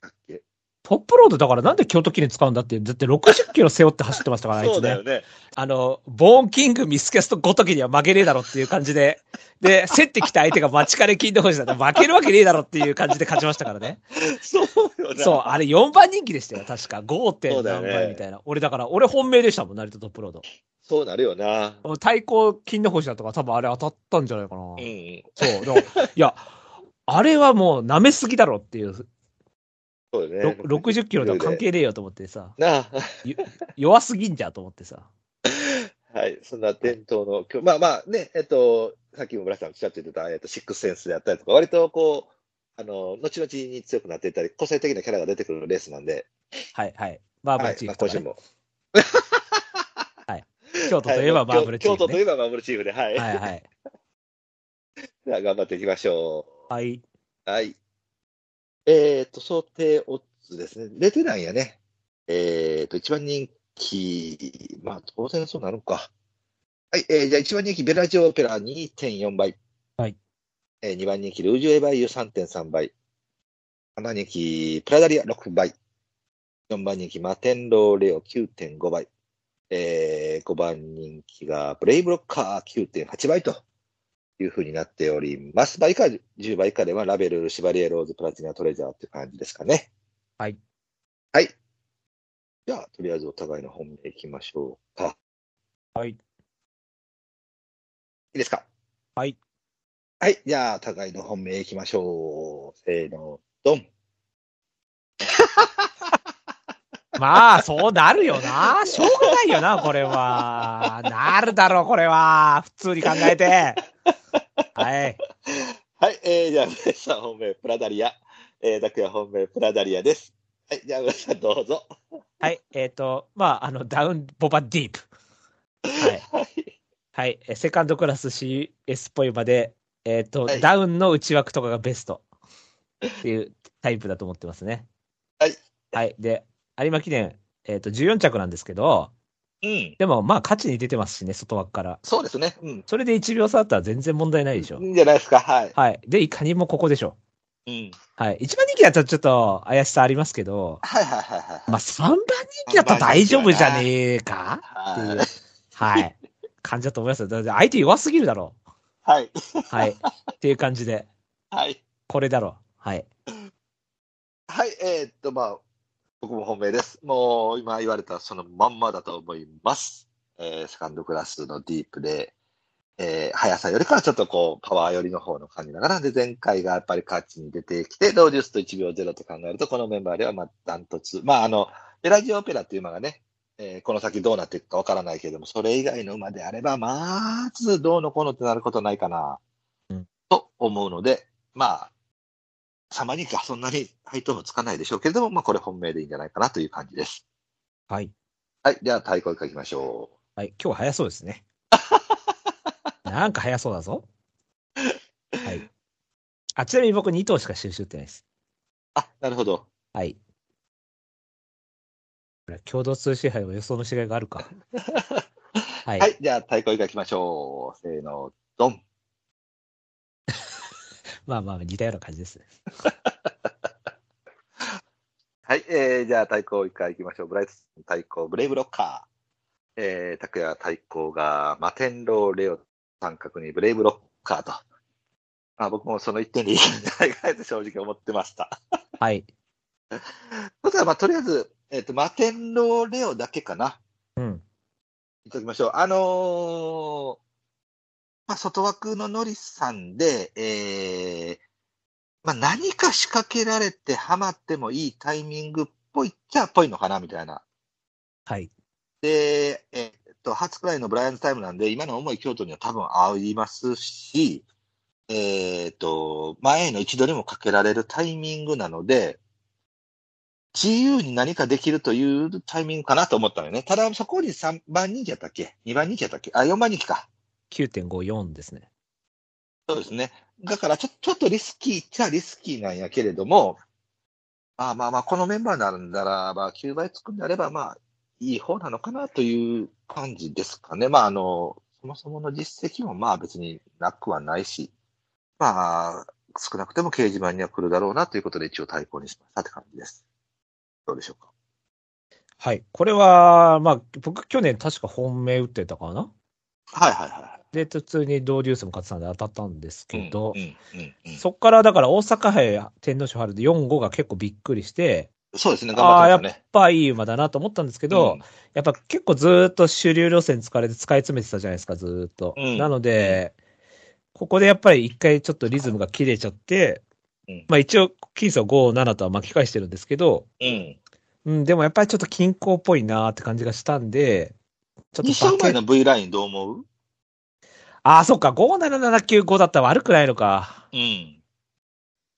Speaker 4: たっけ
Speaker 3: トップロードだからなんで京都記念使うんだって、だって60キロ背負って走ってましたから、あい
Speaker 4: そ
Speaker 3: つ
Speaker 4: うだ
Speaker 3: ね
Speaker 4: よ。ね。
Speaker 3: あの、ボーンキングミスキャストごときには負けねえだろっていう感じで、で、競ってきた相手が待ちかね金の星だって負けるわけねえだろっていう感じで勝ちましたからね。
Speaker 4: そうよね。
Speaker 3: そう、あれ4番人気でしたよ、確か。5.
Speaker 4: そう
Speaker 3: 点
Speaker 4: だよ
Speaker 3: 何
Speaker 4: ね
Speaker 3: 倍みたいな。俺だから、俺本命でしたもん、成田トップロード。
Speaker 4: そうなるよな。
Speaker 3: 対抗金の星だとか多分あれ当たったんじゃないかな。
Speaker 4: うん。
Speaker 3: そう、でも、いや、あれはもう舐めすぎだろっていう、
Speaker 4: そうよ
Speaker 3: ろ
Speaker 4: ね。
Speaker 3: 60キロ とか関係ねえよと思ってさ、
Speaker 4: なあ。
Speaker 3: 弱すぎんじゃと思ってさ。
Speaker 4: はい、そんな伝統の今日、まあまあね、えっと、さっきも村さんおっしゃってた、えっと、シックスセンスであったりとか、割とこう、あの、後々に強くなっていったり、個性的なキャラが出てくるレースなんで、
Speaker 3: はいはい。バーブ
Speaker 4: は
Speaker 3: ル
Speaker 4: い、
Speaker 3: チー
Speaker 4: まあ
Speaker 3: フと
Speaker 4: 今
Speaker 3: かね、
Speaker 4: 週も。
Speaker 3: 京都といえばバーブルチー
Speaker 4: 京
Speaker 3: フ、
Speaker 4: 都とい
Speaker 3: ね。
Speaker 4: えばバーブルチーフで、はい。
Speaker 3: はいはい。
Speaker 4: では頑張っていきましょ
Speaker 3: はい。
Speaker 4: う。はい。えっ、と、想定オッズですね。出てないんやね。えっ、と、一番人気、まあ、当然そうなのか。はい、えーじゃあ一番人気、ベラジオオペラ2.4倍。
Speaker 3: はい。
Speaker 4: えー、2番人気、ルージュエヴァイユ3.3倍。3番人気、プラダリア6倍。4番人気、マテンローレオ9.5倍。えー、5番人気が、ブレイブロッカー9.8倍というふうになっております。倍以下、10倍以下では、ラベル、シバリエローズ、プラチナ、トレジャーっていう感じですかね。
Speaker 3: はい。
Speaker 4: はい。じゃあ、とりあえずお互いの本命いきましょうか。
Speaker 3: はい。
Speaker 4: いいですか
Speaker 3: はい。
Speaker 4: はい。じゃあ、互いの本命いきましょう。せーの、ドン。
Speaker 3: まあ、そうなるよな。しょうがないよな、これは。なるだろう、これは。普通に考えて。はい。
Speaker 4: はい。えー、じゃあ、村さん本命、プラダリア。えー、ダクヤ本命、プラダリアです。はい。じゃあ、村さんどうぞ。
Speaker 3: はい。えっ、と、まあ、あの、ダウンボバディープ。はい。
Speaker 4: はい。
Speaker 3: はい。えセカンドクラス CS っぽい場で、えっ、と、
Speaker 4: はい
Speaker 3: ダウンの内枠とかがベストっていうタイプだと思ってますね。
Speaker 4: はい。
Speaker 3: はい。で、有馬記念、えっ、と、14着なんですけど、
Speaker 4: うん。
Speaker 3: でも、まあ、勝ちに出てますしね、外枠から。
Speaker 4: そうですね。うん。
Speaker 3: それで1秒差あったら全然問題ないでしょ
Speaker 4: い。いんじゃないですか。はい。
Speaker 3: はい。で、いかにもここでしょ。
Speaker 4: うん。
Speaker 3: はい。1番人気だったらちょっと怪しさありますけど、
Speaker 4: はいはいはいはい
Speaker 3: まあ、3番人気だったら大丈夫じゃねえかっ
Speaker 4: は
Speaker 3: て
Speaker 4: い。
Speaker 3: い、
Speaker 4: はいう
Speaker 3: はい。感じだと思いますよ。だって相手弱すぎるだろ
Speaker 4: はい。
Speaker 3: う。はい。っていう感じで、
Speaker 4: はい。
Speaker 3: これだろう。はい。
Speaker 4: はい。えー、っと、まあ、僕も本命です。もう、今言われたそのまんまだと思います。えー、セカンドクラスのディープで、えー、速さよりかはちょっとこう、パワー寄りの方の感じながら、で、前回がやっぱり勝ちに出てきて、ローデュースと1秒0と考えると、このメンバーでは、まあ、ダントツ。まあ、あの、ベラジオオペラっていう馬がね、えーこの先どうなっていくかわからないけれども、それ以外の馬であれば、まずどうのこうのってなることないかな、
Speaker 3: うん
Speaker 4: と思うので、まあ、たまにか、そんなに配当もつかないでしょうけれども、まあ、これ本命でいいんじゃないかなという感じです。
Speaker 3: はい。
Speaker 4: はい。では、対抗書きましょ
Speaker 3: はい。今日早そうですね。なんか早そうだぞ。はい。あ、ちなみに僕2頭しか収集ってないです。
Speaker 4: う。あ、なるほど。
Speaker 3: はい。これは共同通信杯は予想の違いがあるか。は。
Speaker 4: はいい。じゃあ、対抗書きましょう。せーの、ドン。
Speaker 3: まあまあ、似たような感じですね。
Speaker 4: はい。えー、じゃあ、対抗一回行きましょう。ブライトさん対抗、ブレイブロッカー。えー、拓也対抗が、マテンロー、レオ、三角にブレイブロッカーと。まあ、僕もその一点 でいいんじゃないかなと正直思ってました。
Speaker 3: はい。
Speaker 4: それでは、まあ、とりあえず、えっ、と、マテンロー、レオだけかな。
Speaker 3: うん。
Speaker 4: いただきましょう。あのーまあ、外枠のノリさんで、えーまあ、何か仕掛けられてハマってもいいタイミングっぽいっちゃっぽいのかな、みたいな。
Speaker 3: はい。
Speaker 4: で、えっと、初くらいのブライアンズタイムなんで、今の思い京都には多分合いますし、えっと、前への位置取りもかけられるタイミングなので、自由に何かできるというタイミングかなと思ったのよね。ただ、そこに3番人気やったっけ ?2 番人気やったっけあ、4番人気か。
Speaker 3: 9.54ですね。
Speaker 4: そうですね。だからちょ、ちょっとリスキーっちゃリスキーなんやけれども、まあまあまあ、このメンバーなんならば、9倍つくんであれば、まあ、いい方なのかなという感じですかね。まあ、あの、そもそもの実績もまあ別になくはないし、まあ、少なくても掲示板には来るだろうなということで一応対抗にしましたって感じです。どうでしょうか。
Speaker 3: はい。これは、まあ、僕、去年確か本命打ってたかな
Speaker 4: はいはいはいはい。
Speaker 3: で、普通に同流スも勝ってたんで当たったんですけど
Speaker 4: う、んうんうん
Speaker 3: そっからだから大阪杯天皇賞春で4、5が結構びっくりして、
Speaker 4: そうですね、頑
Speaker 3: ああー、
Speaker 4: 張
Speaker 3: や
Speaker 4: ってま
Speaker 3: っ
Speaker 4: すね。
Speaker 3: ぱいい馬だなと思ったんですけど、
Speaker 4: うん
Speaker 3: やっぱ結構ずーっと主流路線使われて使い詰めてたじゃないですか、ずーっと。
Speaker 4: うん
Speaker 3: なので、ここでやっぱり一回ちょっとリズムが切れちゃって、
Speaker 4: うん
Speaker 3: まあ一応、金層5、7とは巻き返してるんですけど、
Speaker 4: うん。
Speaker 3: うん、でもやっぱりちょっと均衡っぽいなーって感じがしたんで、ちょっ
Speaker 4: 西
Speaker 3: と
Speaker 4: 小
Speaker 3: バ
Speaker 4: 前
Speaker 3: ケ
Speaker 4: の V ラインどう思う
Speaker 3: ああ、そっか、57795だったら悪くないのか。
Speaker 4: うん。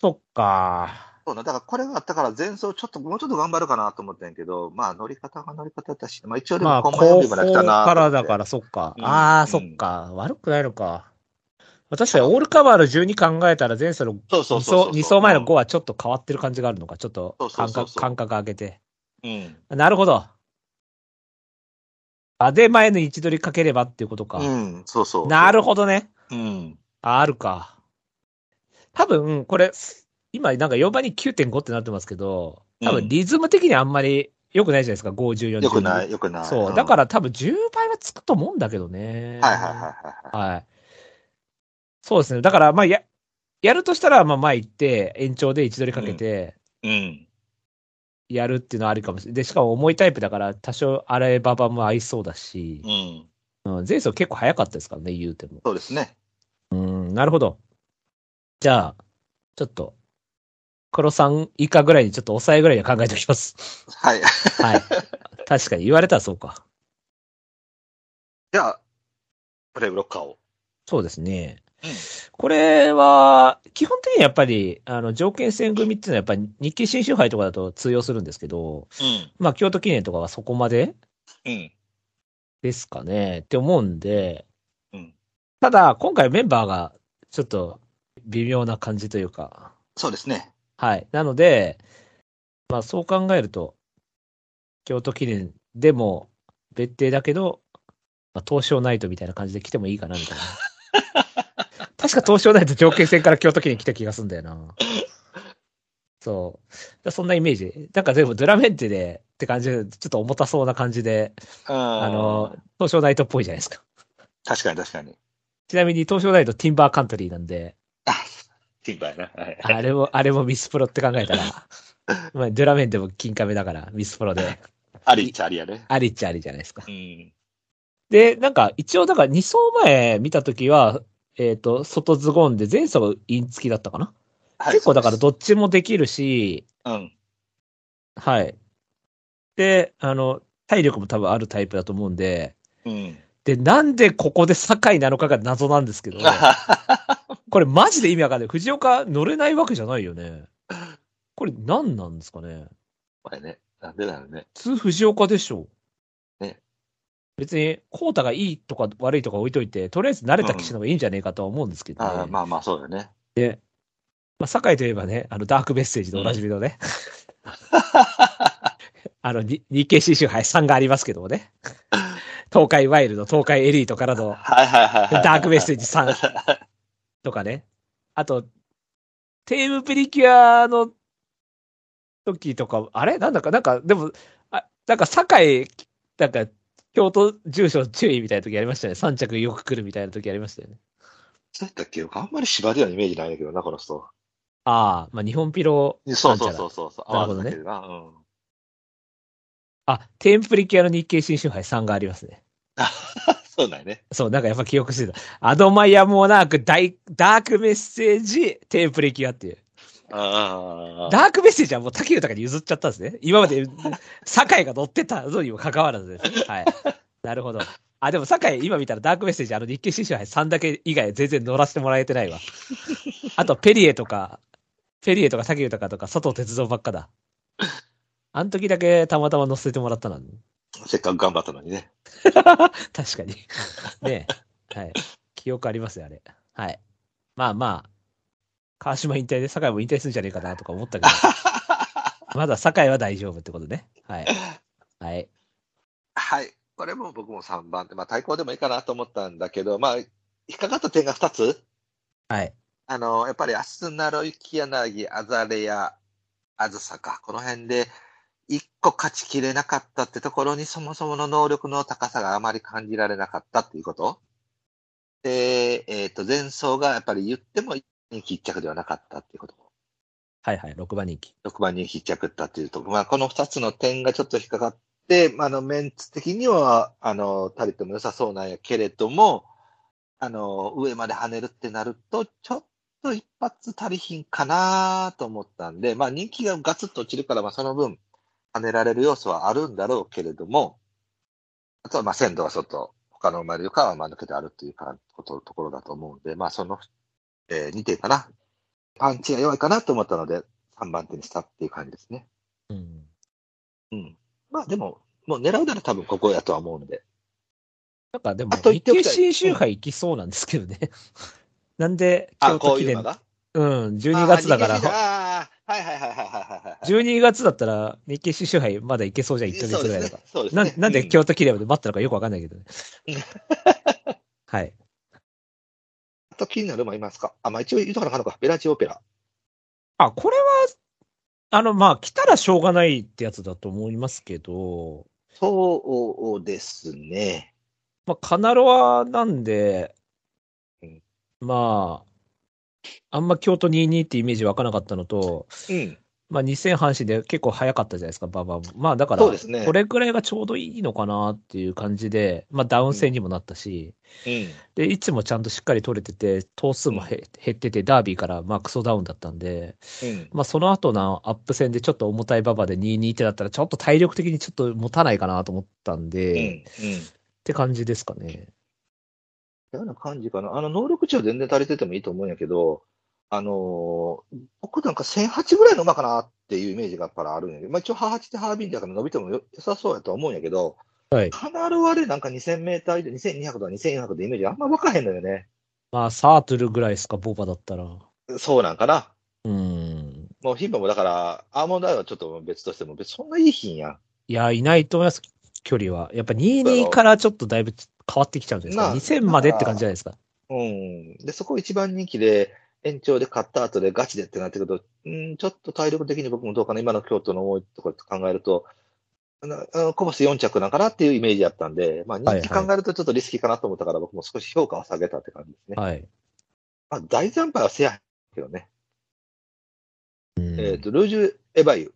Speaker 3: そっか。
Speaker 4: そうな、だからこれがあったから前走ちょっと、もうちょっと頑張るかなと思ったんやけど、まあ乗り方が乗り方だし、まあ一応で
Speaker 3: まあ、
Speaker 4: も
Speaker 3: 後
Speaker 4: コンバインよ
Speaker 3: 方
Speaker 4: りも楽だなと思って。
Speaker 3: からだから、そっか。
Speaker 4: うん
Speaker 3: あ
Speaker 4: う
Speaker 3: あ、
Speaker 4: ん
Speaker 3: そっか。悪くないのか。確かに、オールカバーの12考えたら、前走の
Speaker 4: そうそ
Speaker 3: 2
Speaker 4: うそうそ
Speaker 3: 層、
Speaker 4: う。
Speaker 3: 二層前の5はちょっと変わってる感じがあるのか。ちょっと
Speaker 4: そうそう
Speaker 3: 感
Speaker 4: そう
Speaker 3: 覚、
Speaker 4: そう
Speaker 3: 感覚上げて。
Speaker 4: うん。
Speaker 3: なるほど。あ、で、前の位置取りかければっていうことか。
Speaker 4: うん、そうそう。
Speaker 3: なるほどね。
Speaker 4: うん。
Speaker 3: ああるか。多分、これ、今、なんか4番に9.5ってなってますけど、多
Speaker 4: う
Speaker 3: 分
Speaker 4: ん
Speaker 3: リズム的にあんまり良くないじゃないですか、5、14、
Speaker 4: よくない、
Speaker 3: い。
Speaker 4: よくない。
Speaker 3: そう。
Speaker 4: ん
Speaker 3: だから多分10倍はつくと思うんだけどね。
Speaker 4: はいはいはいはいはい。
Speaker 3: はい。そうですね。だから、まあ、や、やるとしたら、まあ、前行って、延長で位置取りかけて、
Speaker 4: うん。
Speaker 3: やるっていうのはありかもしれない。で、しかも重いタイプだから、多少荒れババも合いそうだし
Speaker 4: う、ん。
Speaker 3: うん、前走結構早かったですからね、言うても。
Speaker 4: そうですね。
Speaker 3: うん、なるほど。じゃあ、ちょっと、黒さん以下ぐらいにちょっと抑えぐらいには考えておき ます。
Speaker 4: はい。
Speaker 3: はい。確かに言われたらそうか。
Speaker 4: じゃあ、プレイブロッカーを。
Speaker 3: そうですね。
Speaker 4: うん
Speaker 3: これは、基本的にやっぱり、あの、条件戦組っていうのはやっぱり日経新州杯とかだと通用するんですけど、まあ、京都記念とかはそこまで
Speaker 4: うん。うん。
Speaker 3: ですかねって思うんで、
Speaker 4: うん
Speaker 3: ただ、今回メンバーがちょっと微妙な感じというか、
Speaker 4: そうですね。
Speaker 3: はい。なので、まあそう考えると、京都記念でも別邸だけど、まあ、東証ナイトみたいな感じで来てもいいかな、みたいな。確か東証ナイト条件戦から京都記念来た気がするんだよな。そう。だからそんなイメージ。なんか全部ドゥラメンテでって感じで、ちょっと重たそうな感じで、
Speaker 4: あ
Speaker 3: あの、、東証ナイトっぽいじゃないですか。
Speaker 4: 確かに確かに。
Speaker 3: ちなみに東証ナイトティンバーカントリーなんで、
Speaker 4: あ、ティンバーやな。はい。
Speaker 3: あれも、あれもミスプロって考えた ら、まあ、ドゥラメンでも金亀だから、ミスプロで、
Speaker 4: ありっちゃありやね。
Speaker 3: ありっちゃありじゃないですか
Speaker 4: う。ん。
Speaker 3: で、なんか、一応、だから2走前見たときは、えっ、と、外ズゴンで、前走イン付きだったかな、
Speaker 4: はい
Speaker 3: 結構だから、
Speaker 4: そ
Speaker 3: どっちもできるし、
Speaker 4: うです
Speaker 3: はい。で、あの、体力も多分あるタイプだと思うんで、
Speaker 4: うん。うん。
Speaker 3: で、なんでここで堺なのかが謎なんですけど、これマジで意味わかんない。藤岡乗れないわけじゃないよね。これ何なんですかね
Speaker 4: これね、なんでだろうね。
Speaker 3: 普通藤岡でしょう。
Speaker 4: ね
Speaker 3: 別に、コータがいいとか悪いとか置いといて、とりあえず慣れた騎士の方がいいんじゃねえかとは思うんですけど、ね
Speaker 4: あ
Speaker 3: ま
Speaker 4: あ、まあまあ、そうだよね。
Speaker 3: あ、酒井といえばね、あの、ダークメッセージでおなじみのね、 あの、に日経新春杯3がありますけどもね、 東海ワイルド、東海エリートからの
Speaker 4: はいはいはいはい。
Speaker 3: ダークメッセージ3とかね、あと、テームプリキュアの時とか、あれなんだか、なんか、でも、あなんか、堺、なんか、京都住所注意みたいな時ありましたよね。3着よく来るみたいな時ありましたよね。
Speaker 4: そうやったっけあんまり芝ではイメージないんだけどな、この人。
Speaker 3: ああ、まあ、日本ピロー
Speaker 4: そ
Speaker 3: な
Speaker 4: う
Speaker 3: んちゃ
Speaker 4: そう
Speaker 3: ら
Speaker 4: そうそうそう。
Speaker 3: なるほどね
Speaker 4: 合わせてるなうん。
Speaker 3: あ、テームプリキュアの日経新春杯3がありますね。
Speaker 4: そうだよね。
Speaker 3: そう、なんかやっぱ記憶してた。アドマイア・モナーク、ダイダークメッセージ、テームプリキュアっていう。
Speaker 4: ああ。
Speaker 3: ダークメッセージはもう竹豊に譲っちゃったんですね。今まで、酒井が乗ってたのにも関わらずです。はい。なるほど。あ、でも酒井、今見たらダークメッセージ、あの日経新春杯3だけ以外全然乗らせてもらえてないわ。あと、ペリエとか、ペリエとか竹豊とか佐藤哲三ばっかだ。あの時だけたまたま乗せてもらったな。
Speaker 4: せっかく頑張ったのにね。
Speaker 3: 確かに。 ねえ。はい。記憶ありますよ、あれ。はい。まあまあ、川島引退で酒井も引退するんじゃねえかなとか思ったけ ど、まだ酒井は大丈夫ってことね。はい。はい。
Speaker 4: はい。これも僕も3番で、まあ対抗でもいいかなと思ったんだけど、まあ、引っかかった点が2つ。
Speaker 3: はい。
Speaker 4: あの、やっぱりアスナロイキヤナギ、アザレヤ、アズサか。この辺で、一個勝ちきれなかったってところに、そもそもの能力の高さがあまり感じられなかったっていうこと。で、えっ、と、前走がやっぱり言っても人気一着ではなかったっていうこと。
Speaker 3: はいはい。6番人気。
Speaker 4: 6番人気一着だっていうとこ。まあ、この2つの点がちょっと引っかかって、まあ、あの、メンツ的には、あの、足りても良さそうなんやけれども、あの、上まで跳ねるってなると、ちょっと一発足りひんかなと思ったんで、まあ、人気がガツッと落ちるから、まあ、その分、跳ねられる要素はあるんだろうけれども、あとは、まあ、鮮度はちょっと、他の馬よりかは、まあ、抜けてあるっていうか、こと、ところだと思うんで、まあ、その、えー、2点かな。パンチが弱いかなと思ったので、3番手にしたっていう感じですね。
Speaker 3: うん。
Speaker 4: うん。まあでも、もう狙うなら多分ここやとは思うので。
Speaker 3: なんかでも、
Speaker 4: あと言
Speaker 3: 日
Speaker 4: っておき
Speaker 3: 経
Speaker 4: たい
Speaker 3: 新周杯行きそうなんですけどね。 なんで、
Speaker 4: あ、
Speaker 3: 京
Speaker 4: こ
Speaker 3: 都
Speaker 4: う
Speaker 3: 記
Speaker 4: いう
Speaker 3: 念
Speaker 4: の。が
Speaker 3: うん、12月だか
Speaker 4: あ
Speaker 3: ら
Speaker 4: ー日経新聞。あー、はいはいはいはいはいはい。
Speaker 3: 12月だったら、日経新周杯まだ行けそうじゃん、1ヶ月ぐらいだか
Speaker 4: そうですね。
Speaker 3: ら。
Speaker 4: そうで
Speaker 3: な
Speaker 4: すね
Speaker 3: んなん
Speaker 4: う
Speaker 3: で京都記念まで待ったのかよくわかんないけどね。はい。
Speaker 4: あと気になるもいますかあ、まあ一応言うとかなあかんのか。ベラチオペラ。
Speaker 3: あ、これは、あの、まあ、来たらしょうがないってやつだと思いますけど、
Speaker 4: そうですね。
Speaker 3: まあ、カナロアなんで
Speaker 4: うん、
Speaker 3: まあ、あんま京都22ってイメージ湧かなかったのと、
Speaker 4: うん。
Speaker 3: まあ、2000阪神で結構早かったじゃないですか、ババも。まあ、だから、
Speaker 4: そうですね
Speaker 3: これくらいがちょうどいいのかなっていう感じで、まあ、ダウン戦にもなったし、
Speaker 4: うん。
Speaker 3: で、いつもちゃんとしっかり取れてて、投数もへ減ってて、ダービーからまあクソダウンだったんで、
Speaker 4: うん。
Speaker 3: まあ、その後のアップ戦でちょっと重たい馬場で2-2ってだったら、ちょっと体力的にちょっと持たないかなと思ったんで、
Speaker 4: うん。う
Speaker 3: っ
Speaker 4: ん。
Speaker 3: て感じですかね。
Speaker 4: ような感じかな。あの、能力値は全然足りててもいいと思うんやけど、あのー僕なんか1008ぐらいの馬かなっていうイメージがやっぱりあるんやけど、まあ一応、ハー8でハービンだから伸びてもよ良さそうやとは思うんやけど、
Speaker 3: はい。
Speaker 4: カナルはね、なんか2000メーター以上、2200とか2400でイメージあんま分かへんのよね。
Speaker 3: まあ、サートルぐらいですか、ボバだったら。
Speaker 4: そうなんかな。
Speaker 3: うん。
Speaker 4: もう牝馬もだから、アーモンドアイはちょっと別としても、別にそんないい牝やん。
Speaker 3: いや、いないと思います、距離は。やっぱ2-2からちょっとだいぶ変わってきちゃうんじゃないですか。
Speaker 4: ま
Speaker 3: 2000
Speaker 4: あ
Speaker 3: までって感じじゃないですか。
Speaker 4: うん。で、そこ一番人気で、延長で勝った後でガチでってなってくると、うん、ちょっと体力的に僕もどうかな、今の京都の思いところと考えると、あのあのコバス4着なんかなっていうイメージだったんで、まあ
Speaker 3: はい
Speaker 4: 人気考えるとちょっとリスキーかなと思ったから、僕も少し評価を下げたって感じですね。
Speaker 3: はい。
Speaker 4: まあ大惨敗はせやけどね。
Speaker 3: うん
Speaker 4: えっ、と、ルージュ・エバユ。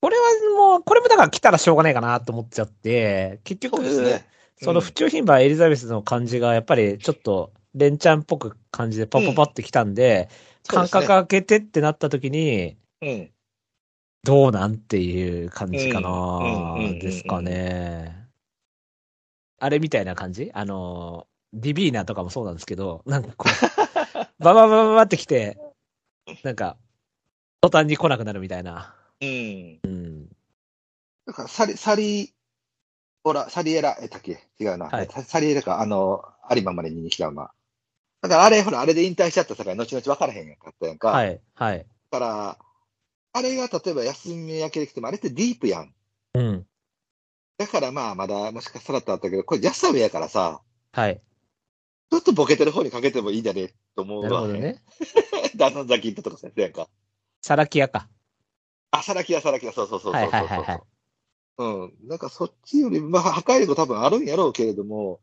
Speaker 3: これはもう、これもだから来たらしょうがないかなと思っちゃって、結局、
Speaker 4: そうですね。
Speaker 3: その
Speaker 4: うん
Speaker 3: 府中品馬エリザベスの感じが、やっぱりちょっと、連チャンっぽく感じでパッパッパってきたんで、
Speaker 4: そうで
Speaker 3: 間
Speaker 4: すね
Speaker 3: 隔空けてってなった時に、
Speaker 4: うん。
Speaker 3: どうなんっていう感じか
Speaker 4: うん
Speaker 3: な
Speaker 4: うんうんうん
Speaker 3: ですかね。あれみたいな感じあの、ディビーナとかもそうなんですけど、なんかこう、 バババババってきて、なんか、途端に来なくなるみたいな。
Speaker 4: うん。
Speaker 3: うん。
Speaker 4: だからサリ、サリ、オラ、サリエラ、え、たっけ違うな、
Speaker 3: はい
Speaker 4: サ。サリエラか、あの、有馬までにに来た馬。だからあれ、ほら、あれで引退しちゃったさかい、後々分からへんやんかったやんか。
Speaker 3: はい、はい。
Speaker 4: だから、あれが例えば休み明けで来ても、あれってディープやん。
Speaker 3: うん。
Speaker 4: だからまあ、まだ、もしかしたらとあったけど、これ、ジャスタウェイやからさ、
Speaker 3: はい。
Speaker 4: ちょっとボケてる方にかけてもいいだね、と思う
Speaker 3: なる
Speaker 4: わ。
Speaker 3: ほど。ね。
Speaker 4: ダノンザキッドとか先生やんか。
Speaker 3: サラキヤか。
Speaker 4: あ、サラキや、サラキや、そうそうそうそうそうそう。
Speaker 3: はいはいはいはい
Speaker 4: うん。なんかそっちより、まあ、破壊力多分あるんやろうけれども、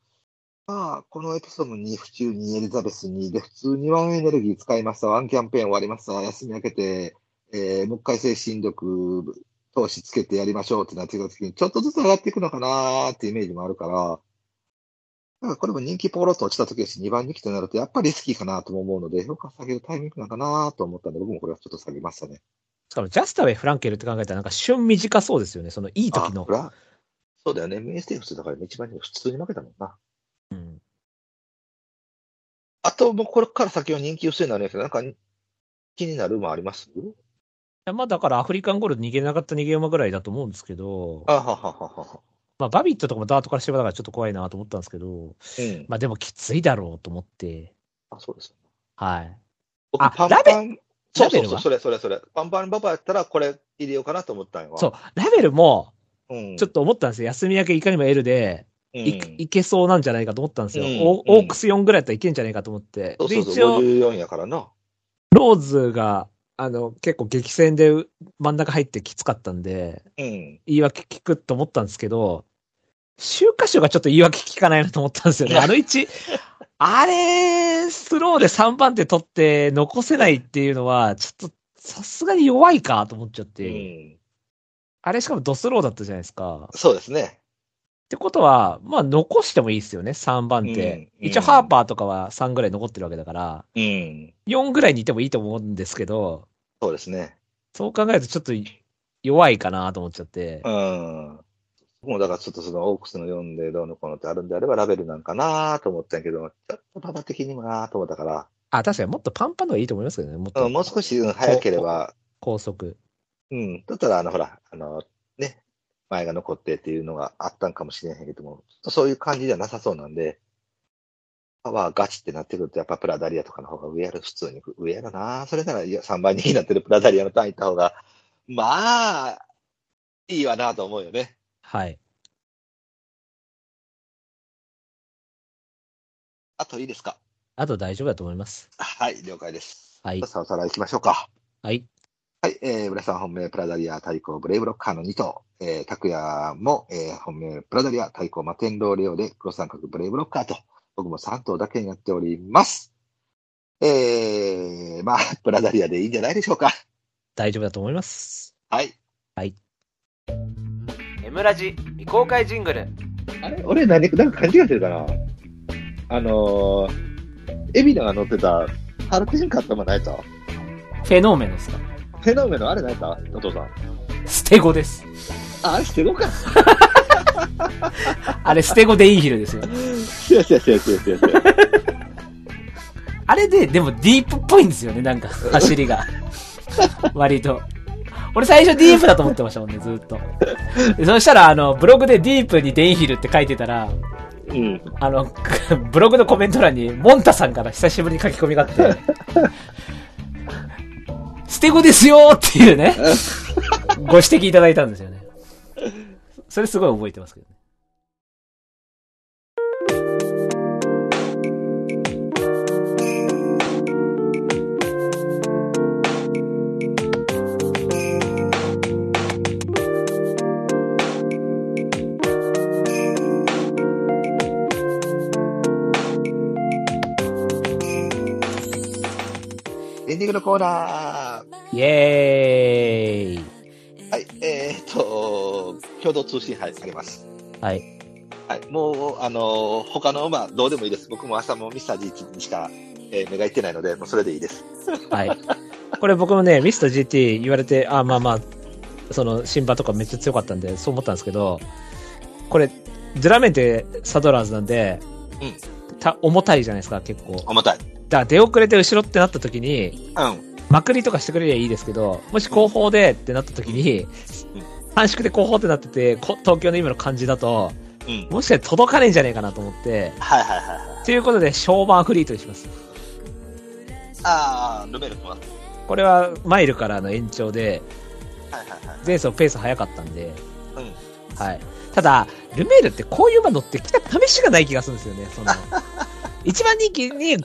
Speaker 4: まあ、このエピソードに府中にエリザベスに、で、普通にワンエネルギー使いました、ワンキャンペーン終わりました、休み明けて、えー、もう一回精神力投資つけてやりましょうってなってきた時に、ちょっとずつ上がっていくのかなーってイメージもあるから、なんかこれも人気ポロッと落ちた時だし、2番人気となると、やっぱりリスキーかなとも思うので、評価下げるタイミングなんかなーと思ったんで、僕もこれはちょっと下げましたね。
Speaker 3: しかも、ジャスタウェイ、フランケルって考えたら、なんか旬短そうですよね。その、いい時
Speaker 4: あ
Speaker 3: の
Speaker 4: ほ。らそうだよね。メインステークスだからね一番に普通に負けたもんな。
Speaker 3: うん
Speaker 4: あと、もうこれから先は人気薄いになるんやけど、なんか気になる馬あります
Speaker 3: いやまあ、だから、アフリカンゴールド逃げなかった逃げ馬ぐらいだと思うんですけど
Speaker 4: あ、はははは。
Speaker 3: まあ、バビットとかもダートから芝だからちょっと怖いなと思ったんですけど、
Speaker 4: うん。
Speaker 3: まあ、でもきついだろうと思って、
Speaker 4: あ、そうです。
Speaker 3: はい。
Speaker 4: 僕
Speaker 3: あ
Speaker 4: パンパン。そ
Speaker 3: ラ
Speaker 4: うそ
Speaker 3: ベ
Speaker 4: う
Speaker 3: ル
Speaker 4: そう、
Speaker 3: は
Speaker 4: それそれそれ。パンパンババやったらこれ入れようかなと思ったんよ。
Speaker 3: そう、ラベルも、
Speaker 4: う。うん、
Speaker 3: ちょっと思ったんですよ。休み明けいかにも L で、
Speaker 4: うん、
Speaker 3: いいけそうなんじゃないかと思ったんですよ。
Speaker 4: うん
Speaker 3: オ
Speaker 4: うん
Speaker 3: オークス4ぐらいだったらいけんじゃないかと思って。
Speaker 4: そう
Speaker 3: で、
Speaker 4: そうそう
Speaker 3: 一応、
Speaker 4: 54やからな。
Speaker 3: ローズが、あの、結構激戦でう真ん中入ってきつかったんで、
Speaker 4: うん。
Speaker 3: 言い訳聞くと思ったんですけど、週刊賞がちょっと言い訳聞かないなと思ったんですよ ね。あの1、あれ、スローで3番手取って残せないっていうのは、ちょっとさすがに弱いかと思っちゃっ
Speaker 4: う
Speaker 3: て、
Speaker 4: ん。
Speaker 3: あれしかもドスローだったじゃないですか。っ
Speaker 4: そうですね。
Speaker 3: てことは、まあ残してもいいですよね、3番手。
Speaker 4: うん
Speaker 3: 一応ハーパーとかは3ぐらい残ってるわけだから、
Speaker 4: うん。
Speaker 3: 4ぐらいにいてもいいと思うんですけど、
Speaker 4: そうですね。
Speaker 3: そう考えるとちょっと弱いかなと思っちゃって。
Speaker 4: うん。もうだからちょっとそのオークスの読んでどうのこうのってあるんであればラベルなんかなと思ったんやけど、ちょっとパパ的にもなと思ったから、
Speaker 3: あ、確かにもっとパンパンのがいいと思いますけどね。もっと
Speaker 4: もう少し、うん、早ければ、
Speaker 3: 高速。
Speaker 4: うん。だったら、あの、ほら、あの、ね、前が残ってっていうのがあったんかもしれへんけども、ちょっとそういう感じではなさそうなんで、パワーガチってなってくると、やっぱプラダリアとかの方が上やる、普通に上やるなそれならいや3倍2になってるプラダリアの単位いった方が、まあ、いいわなと思うよね。
Speaker 3: はい。
Speaker 4: あといいですか
Speaker 3: あと大丈夫だと思います。
Speaker 4: はい、了解です。
Speaker 3: はい
Speaker 4: さあ、おさらい行きましょうか。
Speaker 3: はい。
Speaker 4: はい、えー、村さん本命プラダリア対抗ブレイブロッカーの2頭、えー、拓也も、えー、本命プラダリア対抗マテンローレオで黒三角ブレイブロッカーと、僕も3頭だけになっております。えー、まあ、 プラダリアでいいんじゃないでしょうか。
Speaker 3: 大丈夫だと思います。
Speaker 4: はい。
Speaker 5: エムラジ未公開ジングル
Speaker 4: あれ俺何、なんか勘違いしてるかなあのー、エビナが乗ってた、ハルテンカットもないと。
Speaker 6: フェノーメンですか
Speaker 4: フェノメのあれないとお父さん。
Speaker 6: 捨て子です。
Speaker 4: あ、あれしてごか。
Speaker 6: あれ、捨て子デインヒルですよ。
Speaker 4: いやいやいやいやいやいや。
Speaker 6: あれで、でもディープっぽいんですよね、なんか、走りが。割と。俺最初ディープだと思ってましたもんね、ずーっと。でそしたら、あの、ブログでディープにデインヒルって書いてたら、
Speaker 4: うん。
Speaker 6: あの、 ブログのコメント欄に、モンタさんから久しぶりに書き込みがあって、捨て子ですよーっていうね、ご指摘いただいたんですよね。それすごい覚えてますけどね。
Speaker 4: エンディングのコーナー。
Speaker 6: イエーイ
Speaker 4: はい、えーっと、共同通信杯あります。
Speaker 6: はい。
Speaker 4: はい、もう、あのー他の馬、どうでもいいです。僕も朝もミスター G にしか、えー目がいってないので、もうそれでいいです。
Speaker 3: はい。これ僕もね、ミスト GT 言われて、あ、まあまあ、その、シンバとかめっちゃ強かったんで、そう思ったんですけど、これ、ドゥラメンってサドラーズなんで、た重たいじゃないですか、結構。だか
Speaker 4: 重たい。
Speaker 3: ら出遅れて後ろってなった時に、
Speaker 4: うん。
Speaker 3: まくりとかしてくれりゃいいですけど、もし後方でってなった時に、短縮で後方ってなってて、こ東京の今の感じだと、
Speaker 4: うん。
Speaker 3: もしかして届かねえんじゃねえかなと思って、
Speaker 4: はいはいはいはい。
Speaker 3: ということで、ショーバーフリートにします。
Speaker 4: あー、ルメール来ます。
Speaker 3: これはマイルからの延長で、
Speaker 4: はいはいはい。
Speaker 3: 前走ペース早かったんで、
Speaker 4: うん。
Speaker 3: はい。ただ、ルメールってこういう馬乗ってきた試しがない気がするんですよね。 その、1番人気に、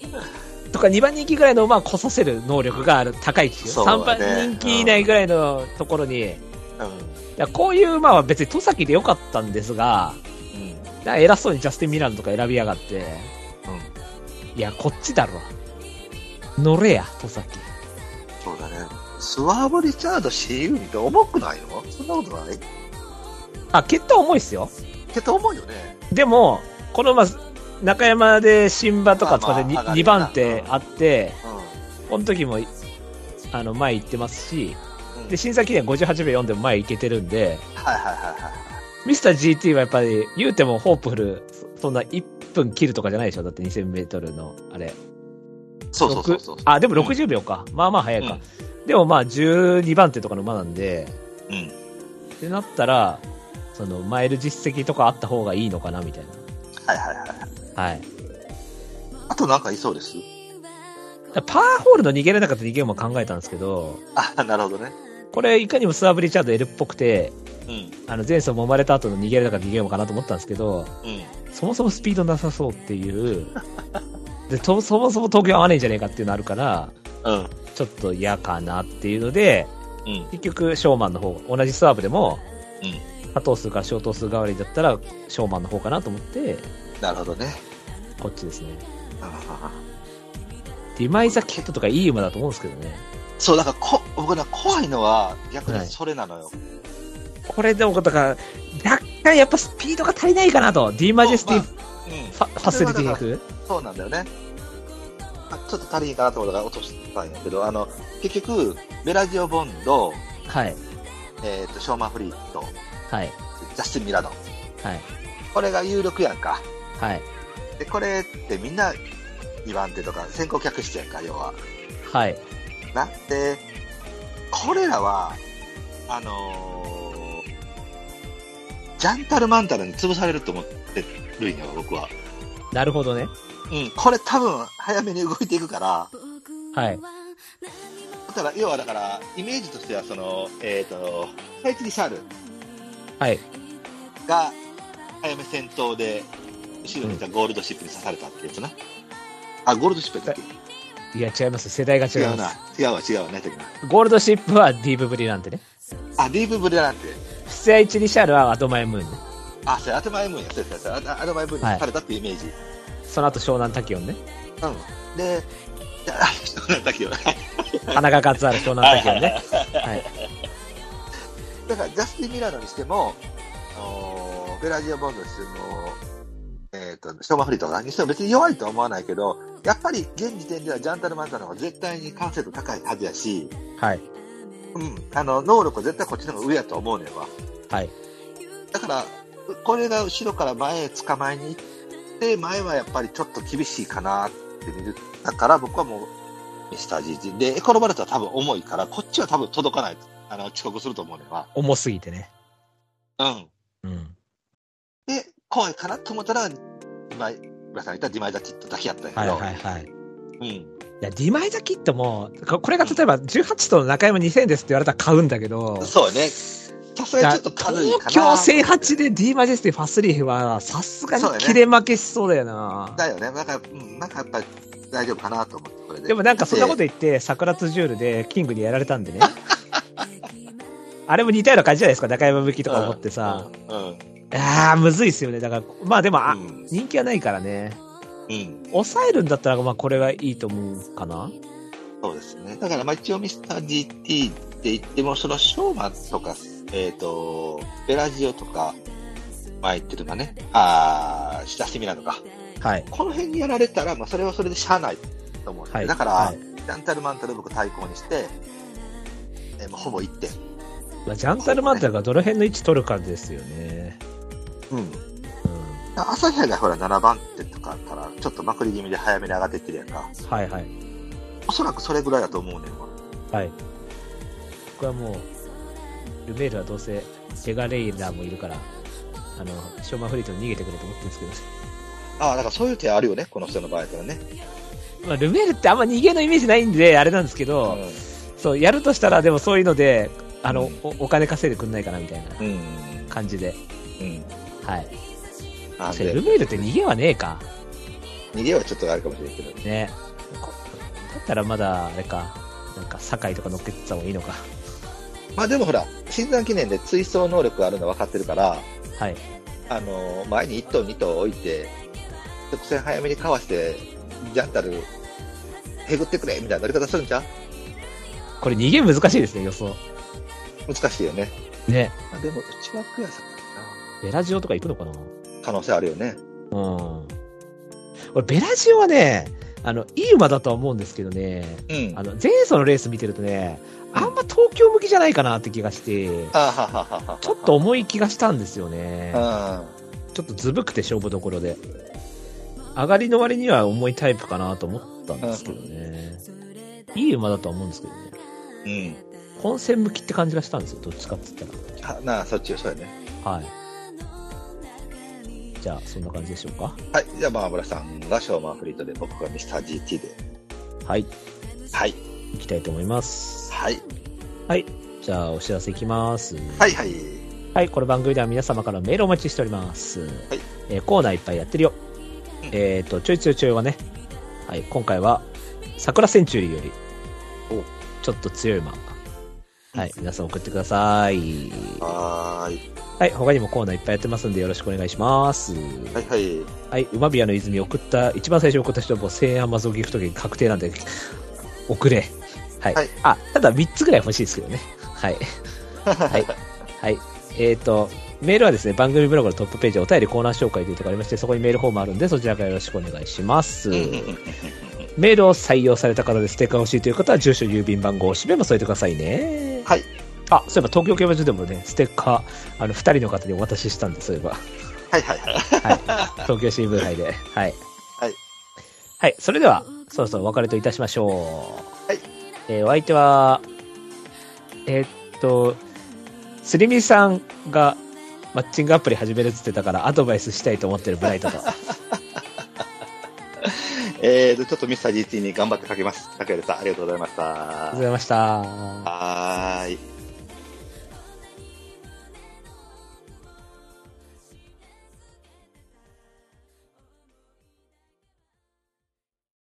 Speaker 3: とか2番人気ぐらいの馬をこさせる能力がある、高い気が、
Speaker 4: そうだね
Speaker 3: 3番人気以内ぐらいのところに、だ
Speaker 4: う
Speaker 3: からこういう馬は別に戸崎で良かったんですが、
Speaker 4: ん。うん。
Speaker 3: なんか偉そうにジャスティン・ミランとか選びやがって、いや、こっちだろ。乗れや、戸崎。
Speaker 4: そうだね。スワーブ・リチャード CU って重くないのそんなことない
Speaker 3: あ、結果重いっすよ。
Speaker 4: けど重いよね。
Speaker 3: でも、このまあ、中山で新馬とか使って
Speaker 4: まあまあ
Speaker 3: 2, 番手あって、
Speaker 4: う
Speaker 3: この時もあの前行ってますし、
Speaker 4: ん。
Speaker 3: で審査記念58秒4でも前行けてるんで、
Speaker 4: はいはいはいはい。
Speaker 3: ミスター GT はやっぱり言うてもホープフル、そそんな1分切るとかじゃないでしょ、だって2000メートルのあれ。
Speaker 4: そうそうそうそう。
Speaker 3: あ、でも60秒か、まあまあ早いか。でもまあ12番手とかの馬なんで、
Speaker 4: うん。うん。
Speaker 3: ってなったら、そのマイル実績とかあった方がいいのかなみたい
Speaker 4: はいはいはい。
Speaker 3: な。はい。
Speaker 4: あとなんかいそうです。
Speaker 3: パーホールの逃げれなかった逃げも考えたんですけど、
Speaker 4: あ、なるほどね。
Speaker 3: これいかにもスワブリチャード L っぽくて、
Speaker 4: うん。
Speaker 3: あの前走揉まれた後の逃げれなかった逃げもかなと思ったんですけど、
Speaker 4: うん。
Speaker 3: そもそもスピードなさそうっていう、でとそもそも東京合わねえんじゃねえかっていうのあるから、
Speaker 4: うん。
Speaker 3: ちょっと嫌かなっていうので、
Speaker 4: うん。
Speaker 3: 結局、ショーマンの方、同じスワーブでも、
Speaker 4: う
Speaker 3: 加藤数から小頭数代わりだったら、ショーマンの方かなと思って、
Speaker 4: なるほどね。
Speaker 3: こっちですね。
Speaker 4: あー
Speaker 3: ディマイザキットとかいい馬だと思うんですけどね。
Speaker 4: そう、だからこ、僕な、怖いのは逆
Speaker 3: は
Speaker 4: に
Speaker 3: い
Speaker 4: それなのよ。
Speaker 3: これでも、だから、若干やっぱスピードが足りないかなと。ディマジェスティフ
Speaker 4: うん。
Speaker 3: ァファセリティフ
Speaker 4: そうなんだよね。あちょっと足りんかなと思ったから落としたんやけど、あの、結局、ベラジオ・ボンド、
Speaker 3: はい。
Speaker 4: えっ、と、ショーマン・フリーと、
Speaker 3: はい。
Speaker 4: ジャスティン・ミラノ。
Speaker 3: はい。
Speaker 4: これが有力やんか。
Speaker 3: はい。
Speaker 4: で、これってみんな2番手とか、先行客視点か、要は。
Speaker 3: はい。
Speaker 4: だって、これらは、あのージャンタルマンタルに潰されると思ってるんやわ、僕は。
Speaker 3: なるほどね。
Speaker 4: うん、これ多分、早めに動いていくから、
Speaker 3: はい。
Speaker 4: だから、要はだから、イメージとしては、その、えっ、と、ハイチリシャール
Speaker 3: はい。
Speaker 4: が、早め戦闘で、後ろにいたゴールドシップに刺されたってやつな。あ、ゴールドシップやったっけ
Speaker 3: いや、違います。世代が違
Speaker 4: 違
Speaker 3: いうま
Speaker 4: な
Speaker 3: す。。
Speaker 4: 違うわ、違うわ、ね、時な。
Speaker 3: ゴールドシップはディーブブリなんてね。
Speaker 4: あ、ディープブレランテ。
Speaker 3: 不正一リシャルはアドマイムーンね。
Speaker 4: あ、それ、アドマイムーンや、そうやそうやそうや、アドマイムーンに刺されたっていうイメージ。
Speaker 3: その後湘南滝音ね。
Speaker 4: うん。で、じゃあ、人なんだっ けど、
Speaker 3: 花が勝つある湘南滝音ね。はい。
Speaker 4: だから、ジャスティン・ミラノにしても、あのーベラジオ・ボンドにしても、えっ、と、ショーマン・フリーとかにしても別に弱いとは思わないけど、やっぱり現時点ではジャンタル・マンタの方が絶対に完成度高いはずやし、
Speaker 3: はい。
Speaker 4: うん、あの、能力は絶対こっちの方が上やと思うねんわ。
Speaker 3: はい。
Speaker 4: だから、うこれが後ろから前へ捕まえに行って、前はやっぱりちょっと厳しいかなって見る。だから僕はもう、ミスター GG。で、エコロバルトは多分重いから、こっちは多分届かない。あの、遅刻すると思うねんわ。
Speaker 3: 重すぎてね。
Speaker 4: うん。
Speaker 3: うん。
Speaker 4: で、怖いかなと思ったら、今、村さんが言ったディマイザキットだけやったんやけ
Speaker 3: はい
Speaker 4: ど、
Speaker 3: はいはい。
Speaker 4: うん。
Speaker 3: いや、ディマイザキットも、ここれが例えば18との中山2000ですって言われたら買うんだけど、
Speaker 4: そうよね。さすがにちょっと軽いかな。
Speaker 3: 東京制8で D マジェスティファスリーは、さすがに切れ負けしそうだよな。
Speaker 4: だよね。なんか、うん、なんかやっぱり大丈夫かなと思って、これで。
Speaker 3: でもなんかそんなこと言って、桜津ジュールでキングにやられたん でね。あれも似たような感じじゃないですか、中山向きとか思ってさ。
Speaker 4: うん。うん。
Speaker 3: ああ、むずいっすよね。だから、まあでも、あ、
Speaker 4: うん
Speaker 3: 人気はないからね。
Speaker 4: うん。
Speaker 3: 抑えるんだったら、まあこれがいいと思うかな。
Speaker 4: そうですね。だから、まあ一応ミスター GT って言っても、そのショーマンとか、えっ、と、ベラジオとか、前言ってるかね。あー、親しみなのか。
Speaker 3: はい。
Speaker 4: この辺にやられたら、まあ、それはそれでしゃあないと思うんで、
Speaker 3: はい
Speaker 4: だから、
Speaker 3: はい
Speaker 4: ダンタルマンタルを僕対抗にして、えーもうほぼ1点。
Speaker 3: まあ、ジャンタルマンタルがどの辺の位置取るかですよね。
Speaker 4: うん。
Speaker 3: うん。
Speaker 4: 朝日がほら7番手とかから、ちょっとまくり気味で早めに上がっていってるやんか。
Speaker 3: はいはい。
Speaker 4: おそらくそれぐらいだと思うねんわ。
Speaker 3: はい。僕はもう、ルメールはどうせ、ジェガレイラーもいるから、あの、ショーマンフリートに逃げてくれと思ってるんですけど、
Speaker 4: ああ、だからそういう手あるよね、この人の場合からね。
Speaker 3: まあ、ルメールってあんま逃げのイメージないんで、あれなんですけど、そう、やるとしたら、でもそういうので、あの、おお金稼いでくんないかなみたいな
Speaker 4: うん。うん。
Speaker 3: 感じで、
Speaker 4: うん。
Speaker 3: はい。
Speaker 4: なん
Speaker 3: 確かにル
Speaker 4: で、
Speaker 3: メールって逃げはねえか。
Speaker 4: 逃げはちょっとあるかもしれんけど。
Speaker 3: ね。こだったらまだ、あれか、なんか、堺とか乗っけてた方がいいのか。
Speaker 4: まあでもほら、新山記念で追走能力があるの分かってるから、
Speaker 3: はい。
Speaker 4: あの前に1頭2頭置いて直線早めにかわしてジャンタルへぐってくれみたいな乗り方するんちゃう
Speaker 3: これ逃げ難しいですね、予想。
Speaker 4: 難しいよね、
Speaker 3: ね。
Speaker 4: まあ、でも内枠やさか
Speaker 3: ベラジオとか行くのかな
Speaker 4: な可能性あるよね
Speaker 3: うん。俺、ベラジオはね、あの、いい馬だとは思うんですけどね、
Speaker 4: うん
Speaker 3: あの、前走のレース見てるとね、あんま東京向きじゃないかなって気がして、
Speaker 4: あはははは
Speaker 3: ちょっと重い気がしたんですよね。
Speaker 4: う
Speaker 3: ちょっとずぶくて勝負どころで。上がりの割には重いタイプかなと思ったんですけどね。いい馬だとは思うんですけどね。
Speaker 4: んうん
Speaker 3: 混戦向きって感じがしたんですよ、どっちかっつった
Speaker 4: あなあそっちよそうやね
Speaker 3: ら。はい。じゃあ、そんな感じでしょうか。
Speaker 4: はいじゃあまあ村さんがショーマンフリートで僕がミスター GT で
Speaker 3: はい。
Speaker 4: はい
Speaker 3: いきたいと思います。
Speaker 4: はい
Speaker 3: じゃあ、お知らせいきます。
Speaker 4: はいはい
Speaker 3: はい、この番組では皆様からのメールをお待ちしております。
Speaker 4: い
Speaker 3: えーコーナーいっぱいやってるよ。
Speaker 4: うん
Speaker 3: えっ、と、ちょいちょいちょいはね、はい、今回は、桜センチュリーより、ちょっと強い馬。はい、皆さん送ってください。
Speaker 4: はーい
Speaker 3: はい、他にもコーナーいっぱいやってますんでよろしくお願いします。
Speaker 4: はいはい
Speaker 3: はい、馬ビアの泉送った、一番最初に送った人はもう1000円アマゾンギフト券確定なんで、送れ。はい。
Speaker 4: はい
Speaker 3: あ、ただ3つぐらい欲しいですけどね。はい。はい。はい。えっ、と、メールはですね、番組ブログのトップページ、お便りコーナー紹介というところがありまして、そこにメールフォームあるんで、そちらからよろしくお願いします。メールを採用された方でステッカー欲しいという方は、住所、郵便番号、おしべも添えてくださいね。
Speaker 4: はい。
Speaker 3: あ、そういえば東京競馬場でもね、ステッカー、あの、2人の方にお渡ししたんで、そういえば。
Speaker 4: はいはいはい
Speaker 3: はい、東京新聞杯で。はい。
Speaker 4: はい
Speaker 3: はい、それでは、そろそろお別れといたしましょう。
Speaker 4: はい。
Speaker 3: えーお相手は、えーっと、すりみさんがマッチングアプリ始めるっつってたから、アドバイスしたいと思ってるブライトと。
Speaker 4: えーと、ちょっとミスター GT に頑張ってかけます。竹谷さん、ありがとうございまし
Speaker 3: ありがとう
Speaker 4: た
Speaker 3: ご。ざいました。
Speaker 4: はーい。